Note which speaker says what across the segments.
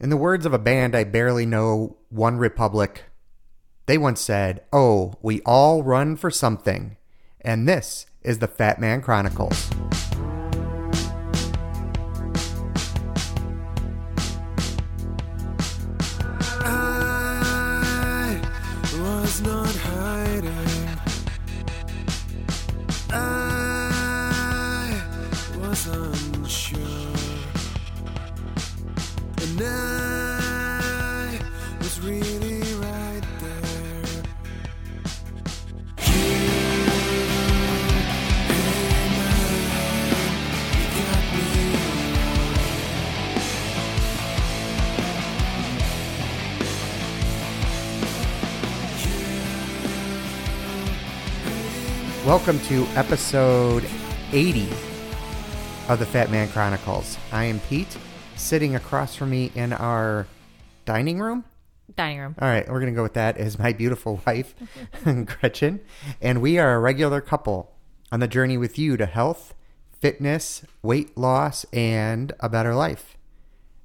Speaker 1: In the words of a band I barely know, One Republic, they once said, Oh, we all run for something. And this is the Fat Man Chronicles.
Speaker 2: I was not hiding. I was unsure. And I was really right there.
Speaker 1: Welcome to episode 80 of the Fat Man Chronicles. I am Pete, sitting across from me in our dining room.
Speaker 3: dining room.
Speaker 1: All right, we're going to go with that as my beautiful wife, Gretchen. And we are a regular couple on the journey with you to health, fitness, weight loss, and a better life.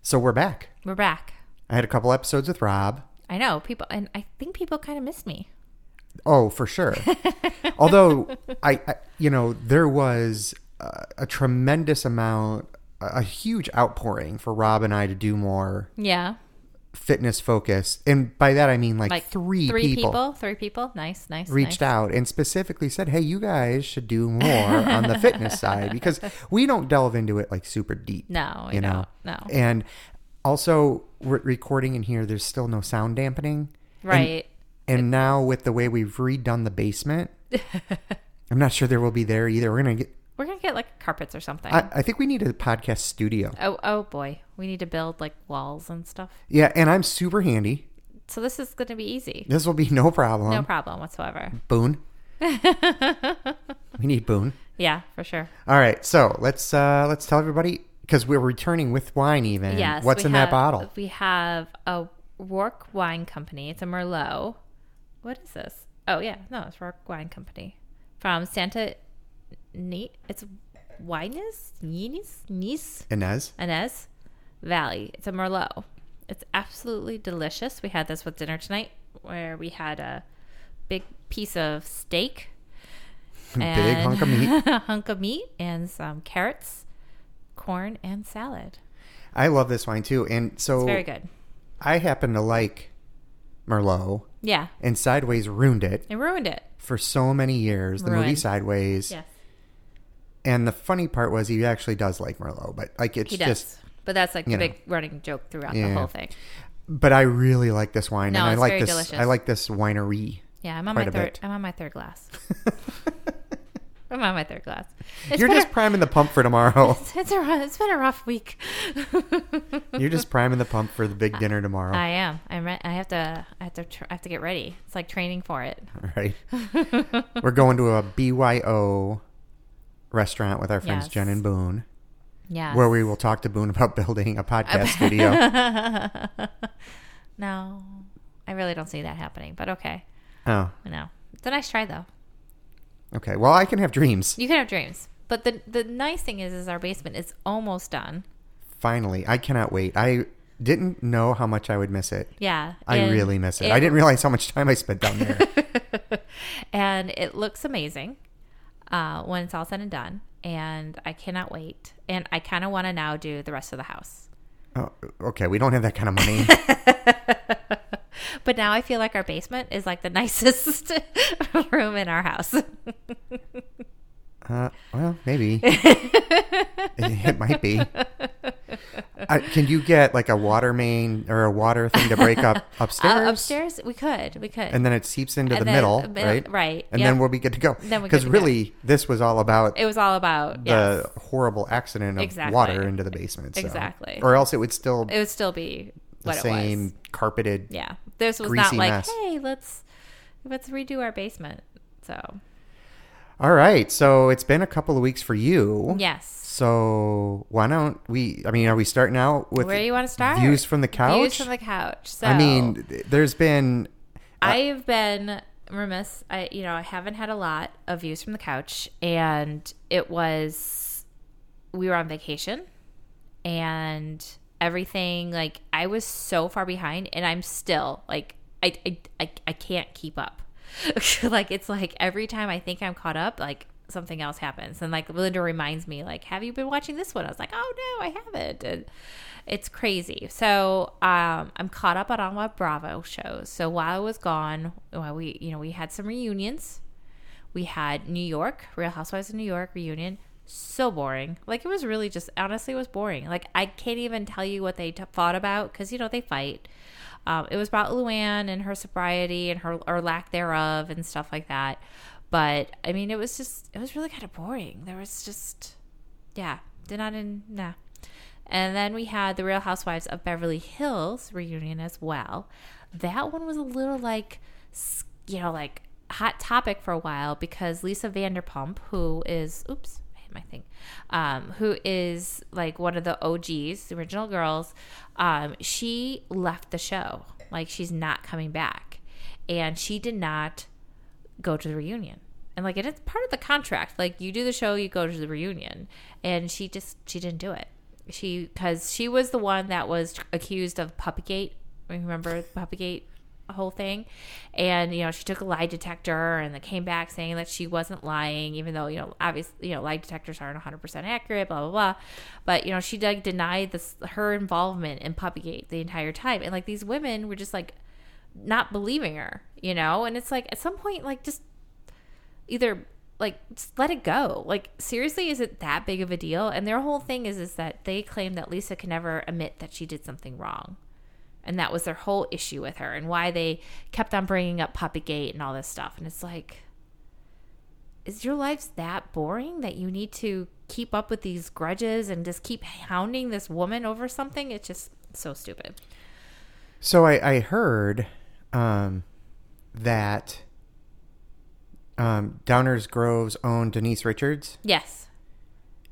Speaker 1: So we're back.
Speaker 3: We're back.
Speaker 1: I had a couple episodes with Rob.
Speaker 3: I know people, and I think people kind of miss me.
Speaker 1: Oh, for sure. Although I, I, you know, there was a, a tremendous amount, a, a huge outpouring for Rob and I to do more
Speaker 3: Yeah,
Speaker 1: fitness focus, and by that I mean like,
Speaker 3: like
Speaker 1: three,
Speaker 3: three
Speaker 1: people,
Speaker 3: three people. Nice, nice.
Speaker 1: reached out and specifically said, "Hey, you guys should do more on the fitness side because we don't delve into it like super deep."
Speaker 3: No, we
Speaker 1: you know,
Speaker 3: don't. No.
Speaker 1: and also we're recording in here. There's still no sound dampening,
Speaker 3: out. Right.
Speaker 1: and now with the way we've redone the basement, I'm not sure there will be there either. We're gonna get.
Speaker 3: We're gonna get like carpets or something.
Speaker 1: I, I think we need a podcast studio.
Speaker 3: oh, oh boy, we need to build like walls and stuff.
Speaker 1: Yeah, and I'm super handy.
Speaker 3: So this is gonna be easy.
Speaker 1: This will be no problem.
Speaker 3: No problem whatsoever.
Speaker 1: Boone. we need Boone.
Speaker 3: Yeah, for sure.
Speaker 1: All right, so let's uh let's tell everybody because we're returning with wine. Even
Speaker 3: yes.
Speaker 1: what's
Speaker 3: we
Speaker 1: in
Speaker 3: have-
Speaker 1: that bottle?
Speaker 3: We have a Rourke Wine Company. It's a Merlot. What is this? Oh yeah, no, it's Rourke Wine Company from Santa. Ni- it's Wines Nice Nice
Speaker 1: Inez.
Speaker 3: Inez Valley. It's a Merlot. It's absolutely delicious. We had this with dinner tonight, where we had a big piece of steak,
Speaker 1: Big hunk of meat.
Speaker 3: hunk of meat, and some carrots, corn, and salad.
Speaker 1: I love this wine too, and so
Speaker 3: It's very good.
Speaker 1: I happen to like Merlot,
Speaker 3: Yeah,
Speaker 1: and Sideways ruined it
Speaker 3: it ruined it.
Speaker 1: for so many years. The movie
Speaker 3: Ruined.
Speaker 1: Sideways,
Speaker 3: Yes,
Speaker 1: and the funny part was he actually does like Merlot, but like it's
Speaker 3: he does.
Speaker 1: just.
Speaker 3: but that's like
Speaker 1: you
Speaker 3: the
Speaker 1: know.
Speaker 3: big running joke throughout
Speaker 1: Yeah.
Speaker 3: the whole thing.
Speaker 1: But I really like this wine,
Speaker 3: No,
Speaker 1: and I
Speaker 3: it's
Speaker 1: like
Speaker 3: very
Speaker 1: this.
Speaker 3: delicious.
Speaker 1: I like this winery.
Speaker 3: Yeah, I'm on
Speaker 1: Quite a
Speaker 3: my third.
Speaker 1: bit.
Speaker 3: I'm on my third glass. I'm on my third glass. It's
Speaker 1: You're
Speaker 3: been
Speaker 1: just priming the pump for tomorrow.
Speaker 3: a, it's a rou- it's been a rough week.
Speaker 1: You're just priming the pump for the big dinner tomorrow.
Speaker 3: I am. I'm. Re- I have to. I have to. Tr- I have to get ready. It's like training for it.
Speaker 1: All right. We're going to a BYO restaurant with our friends
Speaker 3: Yes.
Speaker 1: Jen and Boone,
Speaker 3: Yeah.
Speaker 1: where we will talk to Boone about building a podcast studio.
Speaker 3: No, I really don't see that happening. But okay.
Speaker 1: Oh,
Speaker 3: No, it's a nice try though.
Speaker 1: okay. Well, I can have dreams.
Speaker 3: You can have dreams. But the the nice thing is, is our basement is almost done.
Speaker 1: Finally, I cannot wait. I didn't know how much I would miss it.
Speaker 3: Yeah.
Speaker 1: I
Speaker 3: and
Speaker 1: really miss it. I didn't realize how much time I spent down there.
Speaker 3: and it looks amazing uh, when it's all said and done. And I cannot wait. And I kind of want to now do the rest of the house.
Speaker 1: oh, okay, we don't have that kind of money.
Speaker 3: But now I feel like our basement is like the nicest room in our house.
Speaker 1: Uh, well, maybe it might be. I, can you get like a water main or a water thing to break up upstairs?
Speaker 3: Uh, upstairs, we could, we could.
Speaker 1: and then it seeps into
Speaker 3: And
Speaker 1: the
Speaker 3: then
Speaker 1: middle,
Speaker 3: the mid-
Speaker 1: right?
Speaker 3: right,
Speaker 1: And
Speaker 3: yep.
Speaker 1: then we'll be good to go.
Speaker 3: Then we're good
Speaker 1: Because
Speaker 3: to go.
Speaker 1: really, this was all about
Speaker 3: it was all about yes.
Speaker 1: the horrible accident of
Speaker 3: Exactly.
Speaker 1: water into the basement. so-
Speaker 3: Exactly.
Speaker 1: Or else it would still
Speaker 3: It would still be
Speaker 1: the
Speaker 3: what it was.
Speaker 1: same carpeted.
Speaker 3: Yeah, this was not
Speaker 1: greasy
Speaker 3: like,
Speaker 1: mess.
Speaker 3: hey, let's let's redo our basement. So
Speaker 1: All right, so it's been a couple of weeks for you.
Speaker 3: yes,
Speaker 1: So why don't we? I mean, are we starting out with
Speaker 3: where do you want to start?
Speaker 1: views from the couch?
Speaker 3: Views from the couch. So
Speaker 1: I mean, th- there's been
Speaker 3: I've been remiss. I you know, I haven't had a lot of views from the couch and it was we were on vacation and everything. Like I was so far behind, and I'm still like I I I, I can't keep up. like it's like every time I think I'm caught up, like something else happens, and like Linda reminds me, like, "Have you been watching this one?" I was like, "Oh no, I haven't." And it's crazy. So um, I'm caught up on all my Bravo shows. So while I was gone, well, we you know we had some reunions. We had New York, Real Housewives of New York reunion. So boring. Like it was really just honestly it was boring. Like I can't even tell you what they t- fought about because you know they fight. Um, it was about Luann and her sobriety and her or lack thereof and stuff like that. But I mean, it was just it was really kind of boring. There was just yeah, did not in nah. And then we had the Real Housewives of Beverly Hills reunion as well. That one was a little like, s- you know, like hot topic for a while because Lisa Vanderpump, who is, oops, I hit my thing, um, who is like one of the OGs, the original girls, um, she left the show. Like she's not coming back. And she did not go to the reunion and like it's part of the contract like you do the show you go to the reunion and she just she didn't do it she because she was the one that was accused of puppygate remember the puppygate whole thing and you know she took a lie detector and then came back saying that she wasn't lying even though you know obviously you know lie detectors aren't 100% accurate blah blah blah but you know she like denied this her involvement in puppygate the entire time and like these women were just like not believing her, you know? And it's like at some point, like just either like just let it go. Like seriously, is it that big of a deal? And their whole thing is is that they claim that Lisa can never admit that she did something wrong. And that was their whole issue with her and why they kept on bringing up Puppygate and all this stuff. And it's like is your life that boring that you need to keep up with these grudges and just keep hounding this woman over something? It's just so stupid.
Speaker 1: So I, I heard um, that um, Downers Grove's own Denise Richards,
Speaker 3: Yes.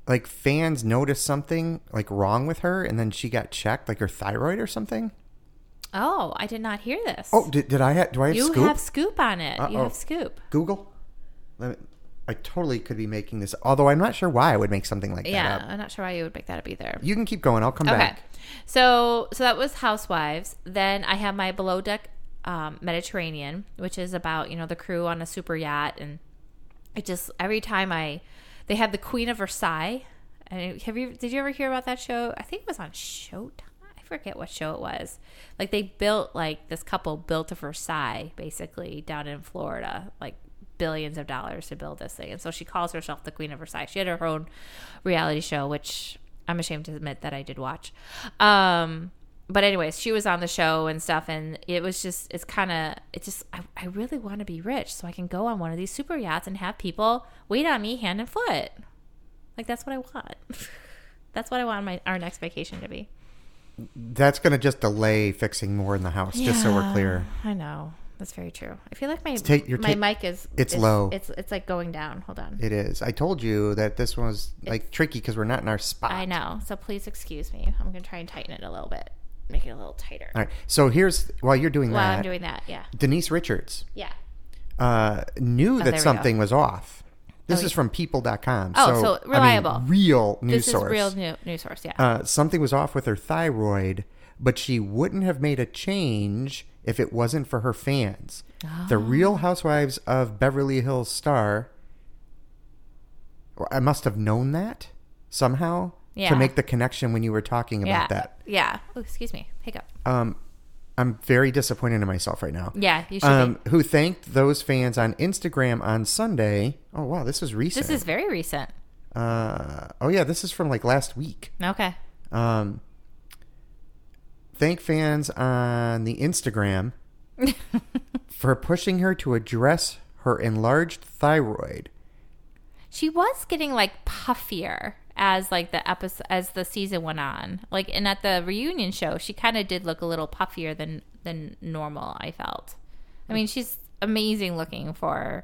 Speaker 1: like fans noticed something like wrong with her, and then she got checked, like her thyroid or something.
Speaker 3: Oh, I did not hear this.
Speaker 1: Oh, did, did I have? Do I have
Speaker 3: you
Speaker 1: scoop?
Speaker 3: have scoop on it. You
Speaker 1: Uh-oh.
Speaker 3: have scoop.
Speaker 1: Google. Let me, I totally could be making this, although I'm not sure why I would make something like
Speaker 3: Yeah,
Speaker 1: that up.
Speaker 3: I'm not sure why you would make that up either.
Speaker 1: You can keep going. I'll come
Speaker 3: Okay,
Speaker 1: back.
Speaker 3: so so that was Housewives. Then I have my Below Deck um, Mediterranean, which is about you know the crew on a super yacht, and it just every time I they had the Queen of Versailles. And have you did you ever hear about that show? I think it was on Showtime. I forget what show it was. Like they built like this couple built a Versailles basically down in Florida, like billions of dollars to build this thing. And so she calls herself the Queen of Versailles. She had her own reality show, which I'm ashamed to admit that I did watch. Um, but anyways, she was on the show and stuff, and it was just it's kind of it's just I, I really want to be rich so I can go on one of these super yachts and have people wait on me hand and foot. Like that's what I want. that's what I want my our next vacation to be.
Speaker 1: That's going to just delay fixing more in the house, just so we're clear.
Speaker 3: I know that's very true. I feel like my
Speaker 1: take- you're
Speaker 3: my
Speaker 1: ta-
Speaker 3: mic is
Speaker 1: it's
Speaker 3: is-
Speaker 1: low.
Speaker 3: It's it's like going down. Hold on.
Speaker 1: It is. I told you that this one was like tricky tricky because we're not in our spot.
Speaker 3: I know. So please excuse me. I'm gonna try and tighten it a little bit, make it a little tighter.
Speaker 1: All right. So here's while you're doing
Speaker 3: While
Speaker 1: that,
Speaker 3: I'm doing that, yeah,
Speaker 1: Denise Richards
Speaker 3: yeah.
Speaker 1: uh, knew
Speaker 3: there
Speaker 1: that
Speaker 3: we
Speaker 1: something was off. This
Speaker 3: Oh,
Speaker 1: is from people.com.
Speaker 3: Oh,
Speaker 1: so,
Speaker 3: so
Speaker 1: I mean,
Speaker 3: reliable.
Speaker 1: real news
Speaker 3: This
Speaker 1: source.
Speaker 3: is real new, news source. Yeah.
Speaker 1: uh, something was off with her thyroid, but she wouldn't have made a change if it wasn't for her fans.
Speaker 3: Oh.
Speaker 1: The Real Housewives of Beverly Hills star, well, I must have known that somehow
Speaker 3: Yeah.
Speaker 1: to make the connection when you were talking about
Speaker 3: yeah.
Speaker 1: that.
Speaker 3: Yeah. Oh, excuse me. Hiccup.
Speaker 1: Um, I'm very disappointed in myself right now.
Speaker 3: Yeah, you should.
Speaker 1: Um,
Speaker 3: be.
Speaker 1: who thanked those fans on Instagram on Sunday? Oh wow, this is recent.
Speaker 3: This is very recent.
Speaker 1: Uh, oh yeah, this is from like last week.
Speaker 3: Okay.
Speaker 1: Um, thank fans on the Instagram for pushing her to address her enlarged thyroid.
Speaker 3: She was getting like puffier as like the episode as the season went on. Like and at the reunion show, she kind of did look a little puffier than than normal, I felt. I mean, she's amazing looking for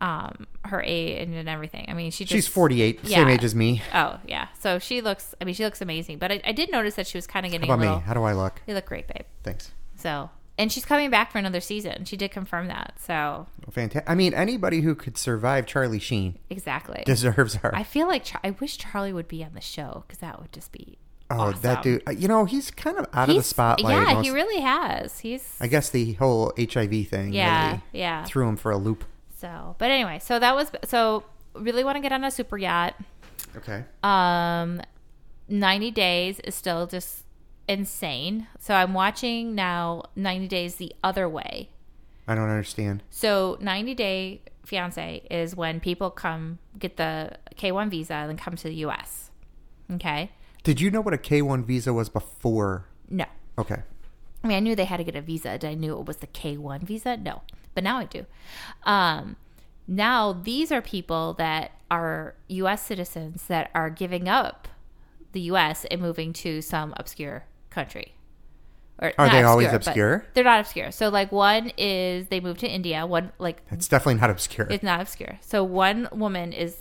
Speaker 3: um her age and everything. I mean, she just
Speaker 1: She's 48, same
Speaker 3: yeah.
Speaker 1: age as me.
Speaker 3: Oh, yeah. So she looks I mean, she looks amazing, but I, I did notice that she was kind of getting
Speaker 1: How
Speaker 3: a
Speaker 1: about
Speaker 3: little
Speaker 1: me? How do I look?
Speaker 3: You look great, babe.
Speaker 1: Thanks.
Speaker 3: So, and she's coming back for another season. She did confirm that. So,
Speaker 1: Fantastic. I mean, anybody who could survive Charlie Sheen
Speaker 3: exactly.
Speaker 1: deserves her.
Speaker 3: I feel like Char- I wish Charlie would be on the show because that would just be
Speaker 1: Oh,
Speaker 3: awesome.
Speaker 1: that dude. uh, You know, he's kind of out of the
Speaker 3: He's-
Speaker 1: spotlight.
Speaker 3: Yeah,
Speaker 1: most-
Speaker 3: he really has. He's
Speaker 1: I guess the whole HIV thing
Speaker 3: yeah,
Speaker 1: really
Speaker 3: yeah.
Speaker 1: threw him for a loop.
Speaker 3: So, but anyway, so that was so really want to get on a super yacht.
Speaker 1: Okay.
Speaker 3: Um 90 days is still just insane. So I'm watching now 90 days the other way.
Speaker 1: I don't understand.
Speaker 3: So 90 day fiance is when people come get the K1 visa and then come to the US. Okay?
Speaker 1: Did you know what a K1 visa was before?
Speaker 3: No.
Speaker 1: Okay.
Speaker 3: I mean, I knew they had to get a visa. Did I knew it was the K one visa? No, but now I do. Um, now these are people that are U.S. citizens that are giving up the U.S. and moving to some obscure country. Or
Speaker 1: Are
Speaker 3: not
Speaker 1: they always
Speaker 3: but
Speaker 1: obscure?
Speaker 3: They're not obscure. So like one is they moved to India. One like
Speaker 1: It's definitely not obscure.
Speaker 3: it's not obscure. So one woman is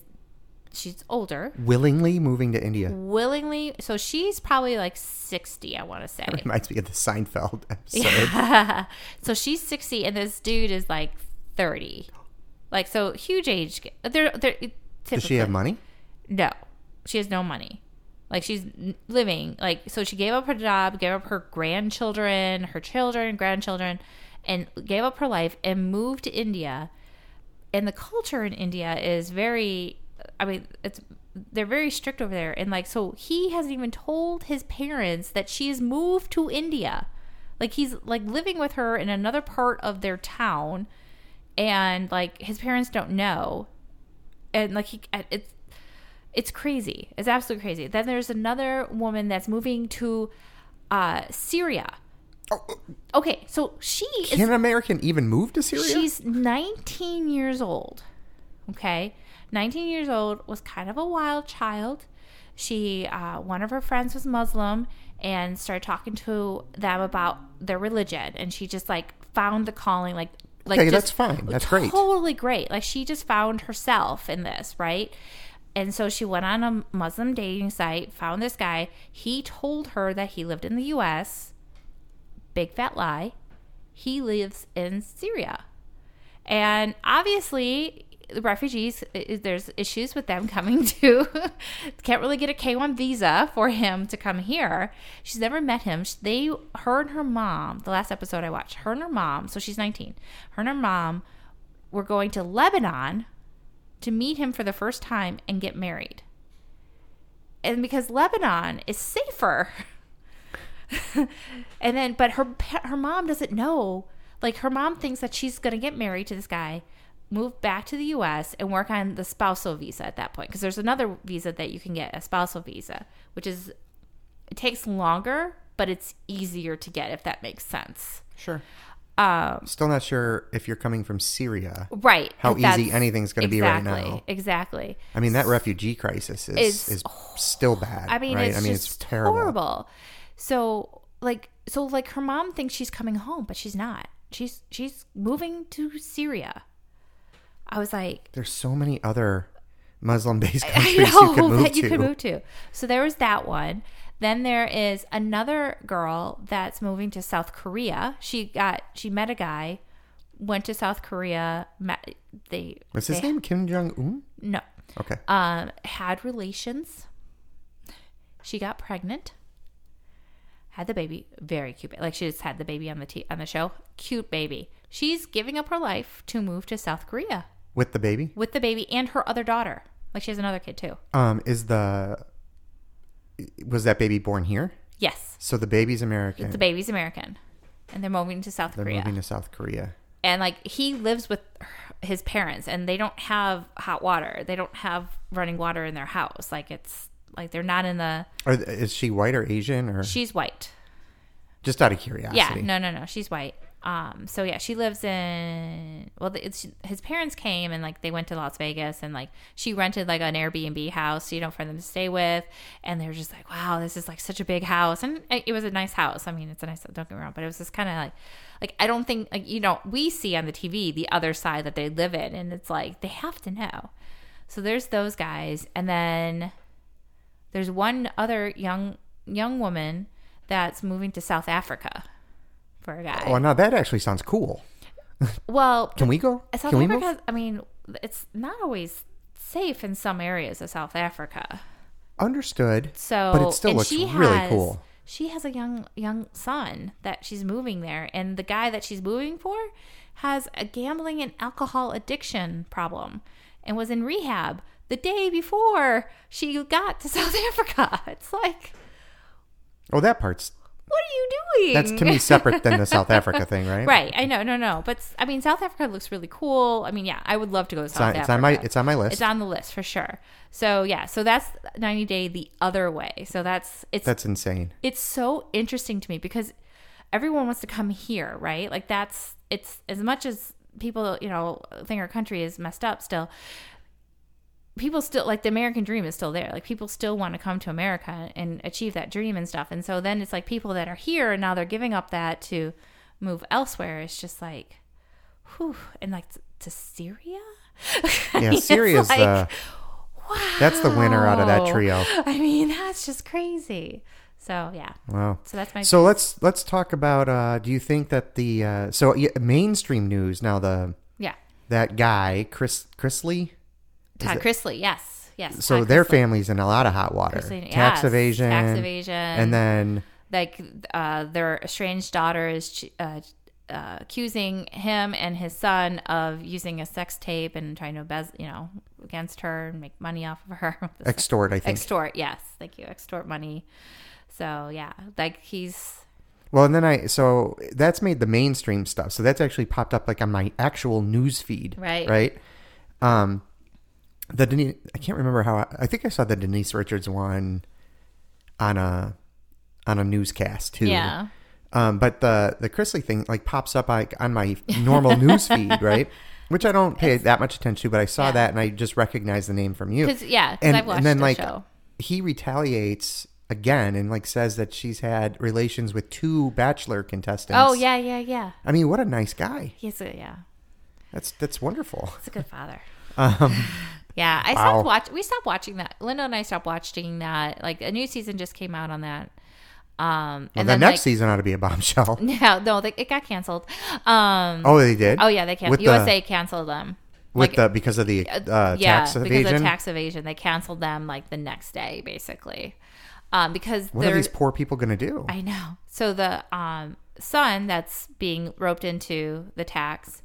Speaker 3: she's older,
Speaker 1: Willingly moving to India.
Speaker 3: willingly. So she's probably like sixty. I want to say.
Speaker 1: Reminds me of the Seinfeld episode.
Speaker 3: Yeah. so she's 60 and this dude is like 30. Like so huge age ga- they're they're
Speaker 1: Does she have money?
Speaker 3: No. She has no money. Like she's n- living like so she gave up her job, gave up her grandchildren, her children, grandchildren and gave up her life and moved to India. And the culture in India is very I mean it's they're very strict over there and like so he hasn't even told his parents that she has moved to India like he's like living with her in another part of their town and like his parents don't know and like he it's it's crazy it's absolutely crazy then there's another woman that's moving to uh syria
Speaker 1: Oh,
Speaker 3: okay so she is
Speaker 1: can an American even move to Syria?
Speaker 3: She's 19 years old. Okay. 19 years old, was kind of a wild child. She, uh, one of her friends was Muslim and started talking to them about their religion. And she just like found the calling, like, like
Speaker 1: Okay,
Speaker 3: just-
Speaker 1: that's fine. That's great.
Speaker 3: Totally great. Like she just found herself in this, right? And so she went on a Muslim dating site, found this guy. He told her that he lived in the U.S. Big fat lie he lives in Syria. And obviously, the refugees, i- i- there's issues with them coming to, can't really get a K1 visa for him to come here. She's never met him. Sh- They, her and her mom, the last episode I watched, her and her mom, so she's 19, her and her mom were going to Lebanon to meet him for the first time and get married. And because Lebanon is safer. And then, but her pa- her mom doesn't know. Like her mom thinks that she's gonna get married to this guy, move back to the U.S. and work on the spousal visa at that point because there's another visa that you can get, a spousal visa, which is it takes longer, but it's easier to get if that makes sense.
Speaker 1: sure. Um, Still not sure if you're coming from Syria.
Speaker 3: Right.
Speaker 1: How
Speaker 3: if that's-
Speaker 1: easy anything's going to be
Speaker 3: exactly,
Speaker 1: right now.
Speaker 3: Exactly.
Speaker 1: I mean, that refugee crisis is,
Speaker 3: It's
Speaker 1: is still bad.
Speaker 3: I mean,
Speaker 1: right?
Speaker 3: it's
Speaker 1: I mean,
Speaker 3: just
Speaker 1: it's terrible.
Speaker 3: horrible. So like, so like, her mom thinks she's coming home, but she's not. She's she's moving to Syria. I was like,
Speaker 1: There's so many other Muslim-based
Speaker 3: I
Speaker 1: countries you could
Speaker 3: know
Speaker 1: move
Speaker 3: that you
Speaker 1: to.
Speaker 3: could move to. So there was that one. Then there is another girl that's moving to South Korea. She got she met a guy, went to South Korea. Met they
Speaker 1: Was his
Speaker 3: they-
Speaker 1: name Kim Jong Un?
Speaker 3: no
Speaker 1: Okay.
Speaker 3: um, had relations. She got pregnant. Had the baby, very cute. ba- Like she just had the baby on the t- on the show, cute baby. She's giving up her life to move to South Korea
Speaker 1: With the baby,
Speaker 3: with the baby and her other daughter. Like she has another kid too.
Speaker 1: um, is the was that baby born here?
Speaker 3: Yes,
Speaker 1: So the baby's American.
Speaker 3: the baby's American, and they're moving to South
Speaker 1: They're
Speaker 3: Korea.
Speaker 1: moving to South Korea.
Speaker 3: and like he lives with her- his parents and they don't have hot water. They don't have running water in their house. Like it's like they're not in the.
Speaker 1: Are, th- is she white or Asian or
Speaker 3: She's white.
Speaker 1: just out of curiosity?
Speaker 3: Yeah, no, no, no. She's white. Um, so yeah, she lives in. Well, the- it's, his parents came and like they went to Las Vegas and like she rented like an Airbnb house, you know, for them to stay with, and they were just like, wow, this is like such a big house, and it it was a nice house. I mean, it's a nice. Don't get me wrong, but it was just kind of like, like I don't think like you know we see on the TV the other side that they live in, and it's like they have to know. So there's those guys, and then there's one other young young woman that's moving to South Africa for a guy.
Speaker 1: Well, Oh, now that actually sounds cool.
Speaker 3: well,
Speaker 1: Can we go?
Speaker 3: South
Speaker 1: Can we move?
Speaker 3: Africa. I mean, it's not always safe in some areas of South Africa.
Speaker 1: understood.
Speaker 3: So,
Speaker 1: But it still
Speaker 3: and
Speaker 1: looks
Speaker 3: she
Speaker 1: really
Speaker 3: has-
Speaker 1: cool.
Speaker 3: She has a young young son that she's moving there, and the guy that she's moving for has a gambling and alcohol addiction problem, and was in rehab the day before she got to South Africa. It's like,
Speaker 1: Oh, that part's
Speaker 3: what are you doing?
Speaker 1: that's to me separate than the South Africa thing, right?
Speaker 3: right. I know, no, no, but I mean, South Africa looks really cool. I mean, yeah, I would love to go to
Speaker 1: It's on,
Speaker 3: South
Speaker 1: it's
Speaker 3: Africa.
Speaker 1: on my it's on my list.
Speaker 3: It's on the list for sure. So yeah, so that's 90 day the other way. So that's it's
Speaker 1: that's insane.
Speaker 3: it's so interesting to me because everyone wants to come here, right? Like that's it's as much as people, you know, think our country is messed up still. People still like the American dream is still there. Like people still want to come to America and achieve that dream and stuff. And so then it's like people that are here and now they're giving up that to move elsewhere. It's just like, whew, and like to Syria.
Speaker 1: Yeah, Syria's
Speaker 3: like,
Speaker 1: the that's the winner out of that
Speaker 3: wow.
Speaker 1: trio.
Speaker 3: Oh. I mean, that's just crazy. So yeah,
Speaker 1: Wow.
Speaker 3: so that's my
Speaker 1: So let's let's talk about. Uh, do you think that the uh, so yeah, mainstream news now the
Speaker 3: yeah.
Speaker 1: that guy Chris Chrisley
Speaker 3: Todd Chrisley, yes, yes.
Speaker 1: so
Speaker 3: Todd
Speaker 1: their
Speaker 3: Chrisley.
Speaker 1: family's in a lot of hot water
Speaker 3: Chrisley,
Speaker 1: tax
Speaker 3: yes,
Speaker 1: evasion
Speaker 3: tax evasion,
Speaker 1: and then
Speaker 3: like uh, their estranged daughter is uh, uh, accusing him and his son of using a sex tape and trying to embezzle, you know, against her and make money off of her.
Speaker 1: extort I think
Speaker 3: extort, yes, thank you, extort money. So yeah, like he's
Speaker 1: well and then I so that's made the mainstream stuff so that's actually popped up like on my actual news feed
Speaker 3: Right.
Speaker 1: right um the Denise I can't remember how I, I think I saw the Denise Richards one on a on a newscast too
Speaker 3: yeah,
Speaker 1: Um, but the the Chrisley thing like pops up like on my normal news feed, right? Which I don't pay that much attention to, but I saw that and I just recognized the name from you.
Speaker 3: because yeah, because
Speaker 1: and,
Speaker 3: I've watched
Speaker 1: and then
Speaker 3: the
Speaker 1: like
Speaker 3: show.
Speaker 1: he retaliates again and like says that she's had relations with two bachelor contestants.
Speaker 3: Oh yeah, yeah, yeah.
Speaker 1: I mean, what a nice guy.
Speaker 3: He's a yeah.
Speaker 1: That's that's wonderful.
Speaker 3: It's a good father.
Speaker 1: Um,
Speaker 3: Yeah, I
Speaker 1: Wow.
Speaker 3: stopped watch. We stopped watching that. Linda and I stopped watching that. Like a new season just came out on that.
Speaker 1: well,
Speaker 3: Um, and
Speaker 1: the
Speaker 3: then
Speaker 1: next
Speaker 3: like,
Speaker 1: season ought to be a bombshell.
Speaker 3: no, no, they, it got canceled. Um, oh,
Speaker 1: Oh, they did.
Speaker 3: yeah, they
Speaker 1: With
Speaker 3: canceled.
Speaker 1: the-
Speaker 3: USA canceled them.
Speaker 1: with
Speaker 3: like,
Speaker 1: the because of the uh,
Speaker 3: yeah,
Speaker 1: tax
Speaker 3: because
Speaker 1: evasion.
Speaker 3: of tax evasion, they canceled them like the next day, basically, um, because
Speaker 1: what are
Speaker 3: there's.
Speaker 1: these poor people going to do?
Speaker 3: I know. So the um, son that's being roped into the tax,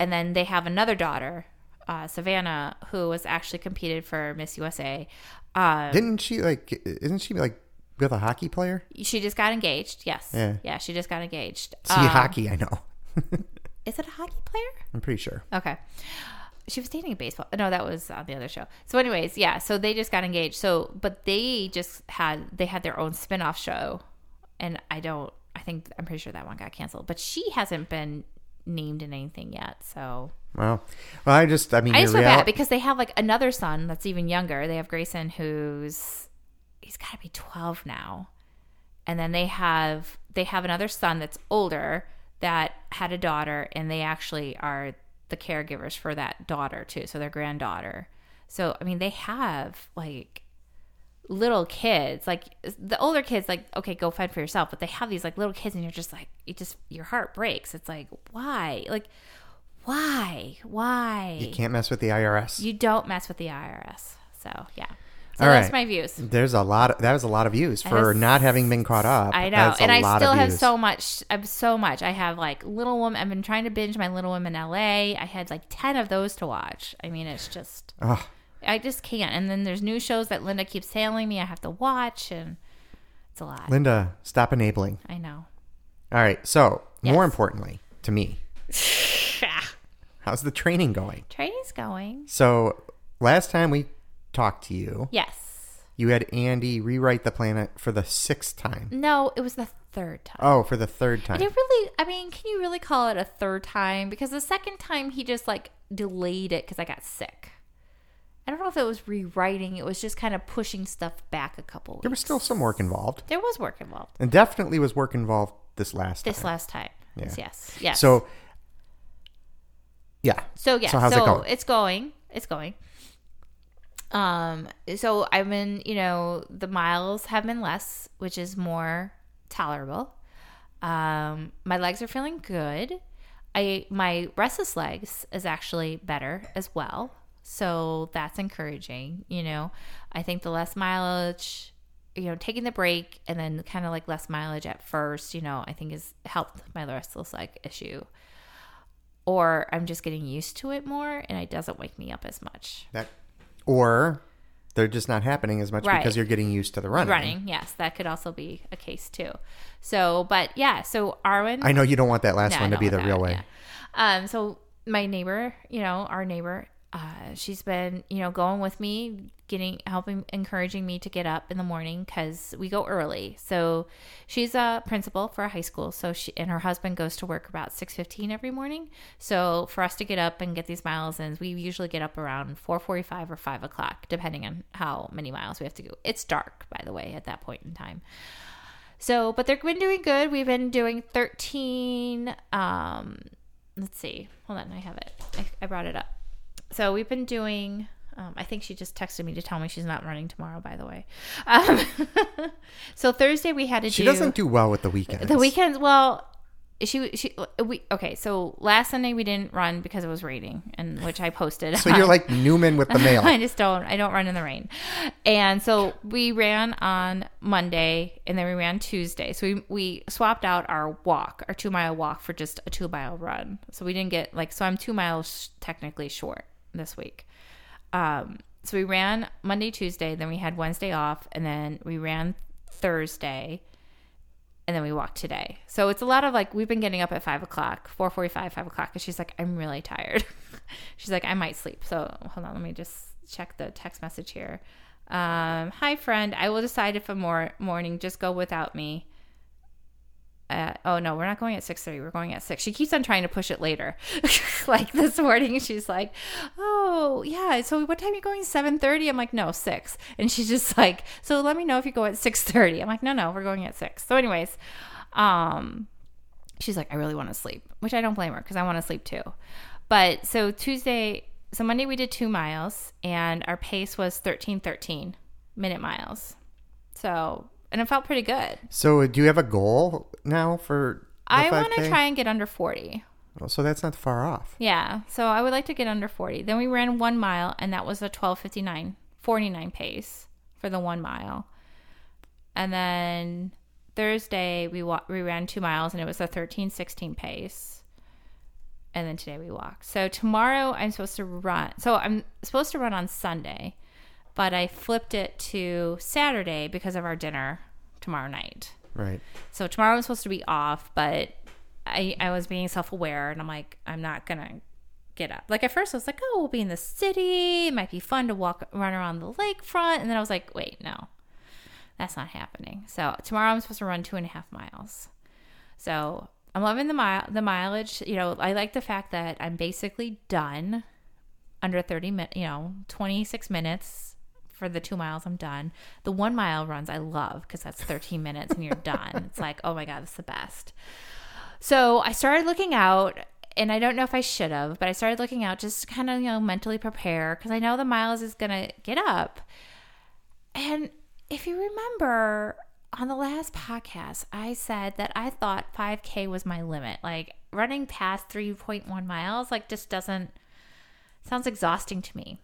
Speaker 3: and then they have another daughter, uh, Savannah, who was actually competed for Miss USA. Um,
Speaker 1: Didn't she like? Isn't she like with a hockey player?
Speaker 3: she just got engaged. Yes.
Speaker 1: Yeah.
Speaker 3: she just got engaged.
Speaker 1: See
Speaker 3: Um,
Speaker 1: hockey, I know.
Speaker 3: Is it a hockey player?
Speaker 1: I'm pretty sure.
Speaker 3: Okay. She was dating a baseball. No, that was on the other show. So, anyways, yeah. So they just got engaged. So, but they just had they had their own spin off show, and I don't. I think I'm pretty sure that one got canceled. But she hasn't been named in anything yet. So
Speaker 1: Wow. Well, I just, I mean,
Speaker 3: I
Speaker 1: your
Speaker 3: just feel bad
Speaker 1: reali-
Speaker 3: because they have like another son that's even younger. They have Grayson, who's he's got to be twelve now, and then they have they have another son that's older that had a daughter, and they actually are the caregivers for that daughter too, so their granddaughter. So I mean, they have like little kids like the older kids like okay go fend for yourself but they have these like little kids and you're just like you just your heart breaks it's like why like why why
Speaker 1: you can't mess with the IRS.
Speaker 3: you don't mess with the IRS. So yeah. So
Speaker 1: All
Speaker 3: that's
Speaker 1: right.
Speaker 3: my views.
Speaker 1: There's a lot. Of, that was a lot of views for
Speaker 3: is-
Speaker 1: not having been caught up.
Speaker 3: I know,
Speaker 1: That's a
Speaker 3: and I
Speaker 1: lot
Speaker 3: still
Speaker 1: of
Speaker 3: have
Speaker 1: views.
Speaker 3: so much. I have so much. I have like Little Woman. I've been trying to binge my Little Woman LA. I had like ten of those to watch. I mean, it's just
Speaker 1: Ugh.
Speaker 3: I just can't. And then there's new shows that Linda keeps telling me I have to watch, and it's a lot.
Speaker 1: Linda, stop enabling.
Speaker 3: I know.
Speaker 1: All right. So, more
Speaker 3: Yes.
Speaker 1: importantly to me, how's the training going?
Speaker 3: Training's going.
Speaker 1: So, last time we talked to you,
Speaker 3: Yes.
Speaker 1: you had Andy rewrite the planet for the sixth time.
Speaker 3: No, it was the third time.
Speaker 1: Oh, for the third time.
Speaker 3: And it really, Mm. I mean, can you really call it a third time? Because the second time he just like delayed it because I got sick. I don't know if it was rewriting, it was just kind of pushing stuff back a couple weeks.
Speaker 1: There was still some work involved,
Speaker 3: There was work involved
Speaker 1: and definitely was work involved this last
Speaker 3: this
Speaker 1: time.
Speaker 3: last time.
Speaker 1: Yeah.
Speaker 3: Yes. Yes.
Speaker 1: So, yeah.
Speaker 3: So yeah,
Speaker 1: So how's it going?
Speaker 3: It's going. It's going. Um, so I've been, you know, the miles have been less, which is more tolerable. Um, my legs are feeling good. I my restless legs is actually better as well. So that's encouraging. You know, I think the less mileage, you know, taking the break and then kind of like less mileage at first, you know, I think has helped my restless leg issue. Or I'm just getting used to it more and it doesn't wake me up as much.
Speaker 1: That or they're just not happening as much
Speaker 3: Right.
Speaker 1: because you're getting used to the running.
Speaker 3: Running, yes, that could also be a case too. So, but yeah, so Arwen.
Speaker 1: I know you don't want that last
Speaker 3: No,
Speaker 1: one
Speaker 3: I
Speaker 1: to be
Speaker 3: don't
Speaker 1: the
Speaker 3: want
Speaker 1: real
Speaker 3: that,
Speaker 1: way.
Speaker 3: yeah. Um, so my neighbor, you know, our neighbor, uh, she's been, you know, going with me, getting, helping, encouraging me to get up in the morning because we go early. So she's a principal for a high school. So she and her husband goes to work about six fifteen every morning. So for us to get up and get these miles in, we usually get up around four forty five or five o'clock, depending on how many miles we have to go. It's dark, by the way, at that point in time. So, but they've been doing good. We've been doing 13. Um, let's see. Hold on, I have it. I, I brought it up. So we've been doing. Um, I think she just texted me to tell me she's not running tomorrow. By the way, um, so Thursday we had to
Speaker 1: She
Speaker 3: do
Speaker 1: doesn't do well with the weekends.
Speaker 3: the weekends. Well, she she we okay. So last Sunday we didn't run because it was raining, and which I posted.
Speaker 1: So you're like Newman with the
Speaker 3: I
Speaker 1: mail.
Speaker 3: just don't. I don't run in the rain. And so we ran on Monday, and then we ran Tuesday. So we we swapped out our walk, our two mile walk, for just a two mile run. So we didn't get like. So I'm two miles technically short this week. Um, so we ran Monday, Tuesday, then we had Wednesday off, and then we ran Thursday and then we walked today. So it's a lot of like we've been getting up at five o'clock, four forty-five, five o'clock, and she's like, "I'm really tired." she's like, "I might sleep." So hold on, let me just check the text message here. Um, hi friend, I will decide if a more morning just go without me. Uh, oh no, we're not going at six thirty. We're going at six. She keeps on trying to push it later. like this morning, she's like, "Oh yeah, so what time are you going? Seven thirty? I'm like, "No, 6. And she's just like, "So let me know if you go at six thirty. I'm like, "No, no, we're going at 6. So, anyways, um, she's like, I really want to sleep, which I don't blame her because I want to sleep too. But so Tuesday, so Monday we did two miles and our pace was thirteen thirteen minute miles. So, and it felt pretty good.
Speaker 1: So do you have a goal now for the
Speaker 3: I want to
Speaker 1: 5K?
Speaker 3: try and get under 40.
Speaker 1: Oh, So that's not far off.
Speaker 3: Yeah. So I would like to get under 40. Then we ran one mile, and that was a 1259, 49 pace for the one mile. And then Thursday, we, wa- we ran two miles, and it was a 1316 pace. And then today we walked. So tomorrow I'm supposed to run. So I'm supposed to run on Sunday, but I flipped it to Saturday because of our dinner tomorrow night.
Speaker 1: Right.
Speaker 3: So tomorrow was supposed to be off, but I I was being self aware and I'm like, I'm not gonna get up. Like at first I was like, Oh, we'll be in the city, it might be fun to walk run around the lakefront and then I was like, Wait, no. That's not happening. So tomorrow I'm supposed to run two and a half miles. So I'm loving the mile the mileage. You know, I like the fact that I'm basically done under 30 minutes, you know, 26 minutes for the two miles. I'm done. The one mile runs I love because that's 13 minutes and you're done. It's like, oh my God, it's the best. So I started looking out, and I don't know if I should have, but I started looking out just to kind of, you know, mentally prepare because I know the miles is going to get up. And if you remember on the last podcast, I said that I thought 5K was my limit. Like running past 3.1 miles, like just doesn't sounds exhausting to me.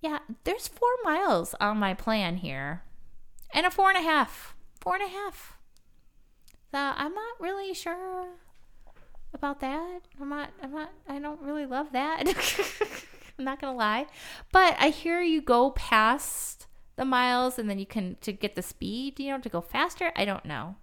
Speaker 3: Yeah, there's four miles on my plan here, and a four and a half. Four and a half. So I'm not really sure about that. I'm not. I'm not. I don't really love that. I'm not gonna lie, but I hear you go past the miles, and then you can to get the speed. You know, to go faster. I don't know.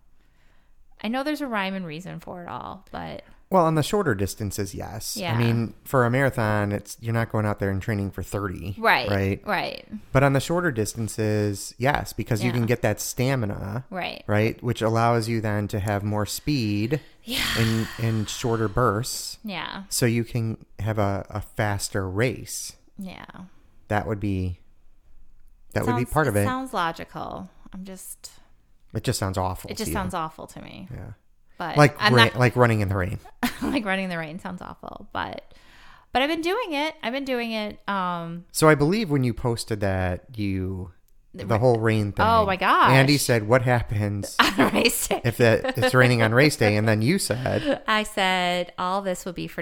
Speaker 3: I know there's a rhyme and reason for it all, but
Speaker 1: Well, on the shorter distances, yes.
Speaker 3: Yeah.
Speaker 1: I mean, for a marathon, it's you're not going out there and training for 30. Right.
Speaker 3: right,
Speaker 1: But on the shorter distances, yes, because you
Speaker 3: Yeah.
Speaker 1: can get that stamina,
Speaker 3: right.
Speaker 1: right, which allows you then to have more speed
Speaker 3: Yeah,
Speaker 1: in in shorter bursts,
Speaker 3: yeah,
Speaker 1: so you can have a, a faster race.
Speaker 3: yeah.
Speaker 1: That would be that would be
Speaker 3: Sounds-
Speaker 1: part of it.
Speaker 3: Sounds logical. I'm just.
Speaker 1: it just sounds awful.
Speaker 3: It just
Speaker 1: to you.
Speaker 3: sounds awful to me.
Speaker 1: yeah,
Speaker 3: But
Speaker 1: like
Speaker 3: I'm
Speaker 1: ra-
Speaker 3: not
Speaker 1: like running in the rain.
Speaker 3: like running in the rain sounds awful. But but I've been doing it. I've been doing it. Um,
Speaker 1: So I believe when you posted that you the whole rain thing.
Speaker 3: Oh, my gosh.
Speaker 1: Andy said, "What happens
Speaker 3: on race day.
Speaker 1: if that it's raining on race day?" And then you said,
Speaker 3: I said all this would be for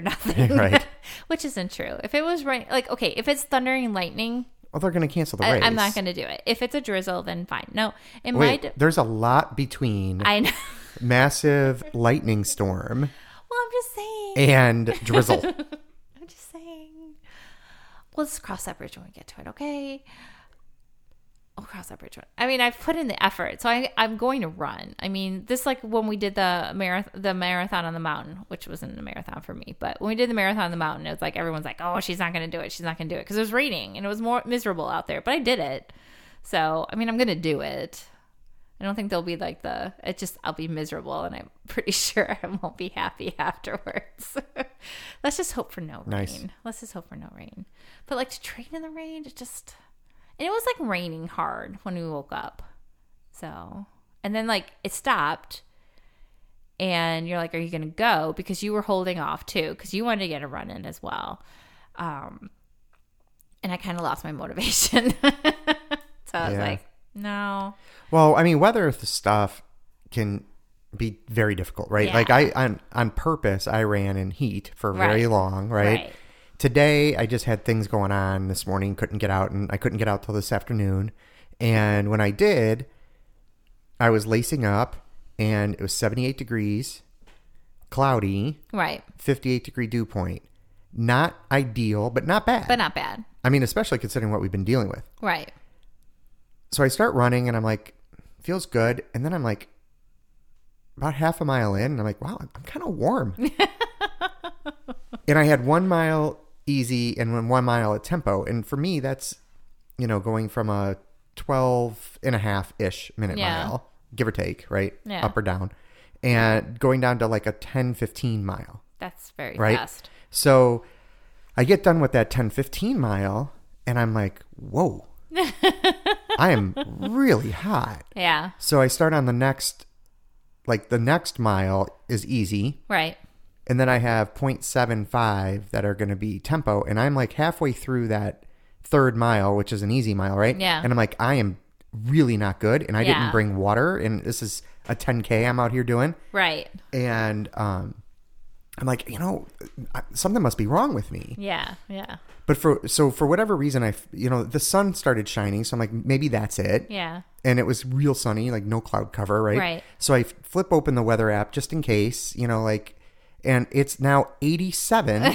Speaker 3: nothing,
Speaker 1: Right.
Speaker 3: Which isn't true. If it was rain, like okay, if it's thundering and lightning,
Speaker 1: "Well, they're going to cancel the
Speaker 3: I,
Speaker 1: race."
Speaker 3: I'm not going to do it. If it's a drizzle, then fine. No, in my,
Speaker 1: Wait,
Speaker 3: d-
Speaker 1: there's a lot between
Speaker 3: I know.
Speaker 1: massive lightning storm
Speaker 3: Well, I'm just saying.
Speaker 1: and drizzle.
Speaker 3: I'm just saying. Let's cross that bridge when we get to it, okay? I'll cross that bridge. When, I mean, I've put in the effort, so I, I'm going to run. I mean, this like when we did the marathon, the marathon on the mountain, which wasn't a marathon for me, but when we did the marathon on the mountain, it was like everyone's like, "Oh, she's not going to do it. She's not going to do it" because it was raining and it was more miserable out there. But I did it, so I mean, I'm going to do it. I don't think there'll be like the it just I'll be miserable and I'm pretty sure I won't be happy afterwards. Let's just hope for no rain.
Speaker 1: Nice.
Speaker 3: Let's just hope for no rain. But like to train in the rain, it just and it was like raining hard when we woke up. So and then like it stopped and you're like, Are you gonna go? Because you were holding off too, because you wanted to get a run in as well. Um and I kinda lost my motivation. so I was
Speaker 1: Yeah.
Speaker 3: like, No.
Speaker 1: Well, I mean, weather th- stuff can be very difficult, right?
Speaker 3: Yeah.
Speaker 1: Like I on on purpose, I ran in heat for very
Speaker 3: Right.
Speaker 1: long, right? Today, I just had things going on this morning, couldn't get out, and I couldn't get out till this afternoon. And when I did, I was lacing up, and it was 78 degrees, cloudy,
Speaker 3: Right.
Speaker 1: 58 degree dew point. Not ideal, but not bad.
Speaker 3: But not bad.
Speaker 1: I mean, especially considering what we've been dealing with.
Speaker 3: Right.
Speaker 1: so I start running and I'm like, feels good. And then I'm like, about half a mile in, and I'm like, wow, I'm, kind of warm. and I had one mile easy and then one mile at tempo. And for me, that's, you know, going from a 12 and a half ish minute
Speaker 3: Yeah.
Speaker 1: mile, give or take, right?
Speaker 3: Yeah.
Speaker 1: Up or down. And going down to like a 10, 15 mile.
Speaker 3: That's very
Speaker 1: Right.
Speaker 3: fast.
Speaker 1: So I get done with that 10, 15 mile, and I'm like, whoa, I am really hot.
Speaker 3: Yeah.
Speaker 1: So I start on the next, like the next mile is easy.
Speaker 3: Right.
Speaker 1: And then I have 0.75 that are going to be tempo. And I'm like halfway through that third mile, which is an easy mile, right?
Speaker 3: Yeah.
Speaker 1: And I'm like, I am really not good. And I
Speaker 3: Yeah.
Speaker 1: didn't bring water. And this is a 10K I'm out here doing
Speaker 3: Right.
Speaker 1: and um, I'm like, you know, I- something must be wrong with me.
Speaker 3: Yeah. Yeah.
Speaker 1: But for so for whatever reason, I f- you know the sun started shining, so I'm like, maybe that's it.
Speaker 3: Yeah.
Speaker 1: And it was real sunny, like no cloud cover, right?
Speaker 3: Right.
Speaker 1: So I f- flip open the weather app just in case, you know, like, and it's now 87.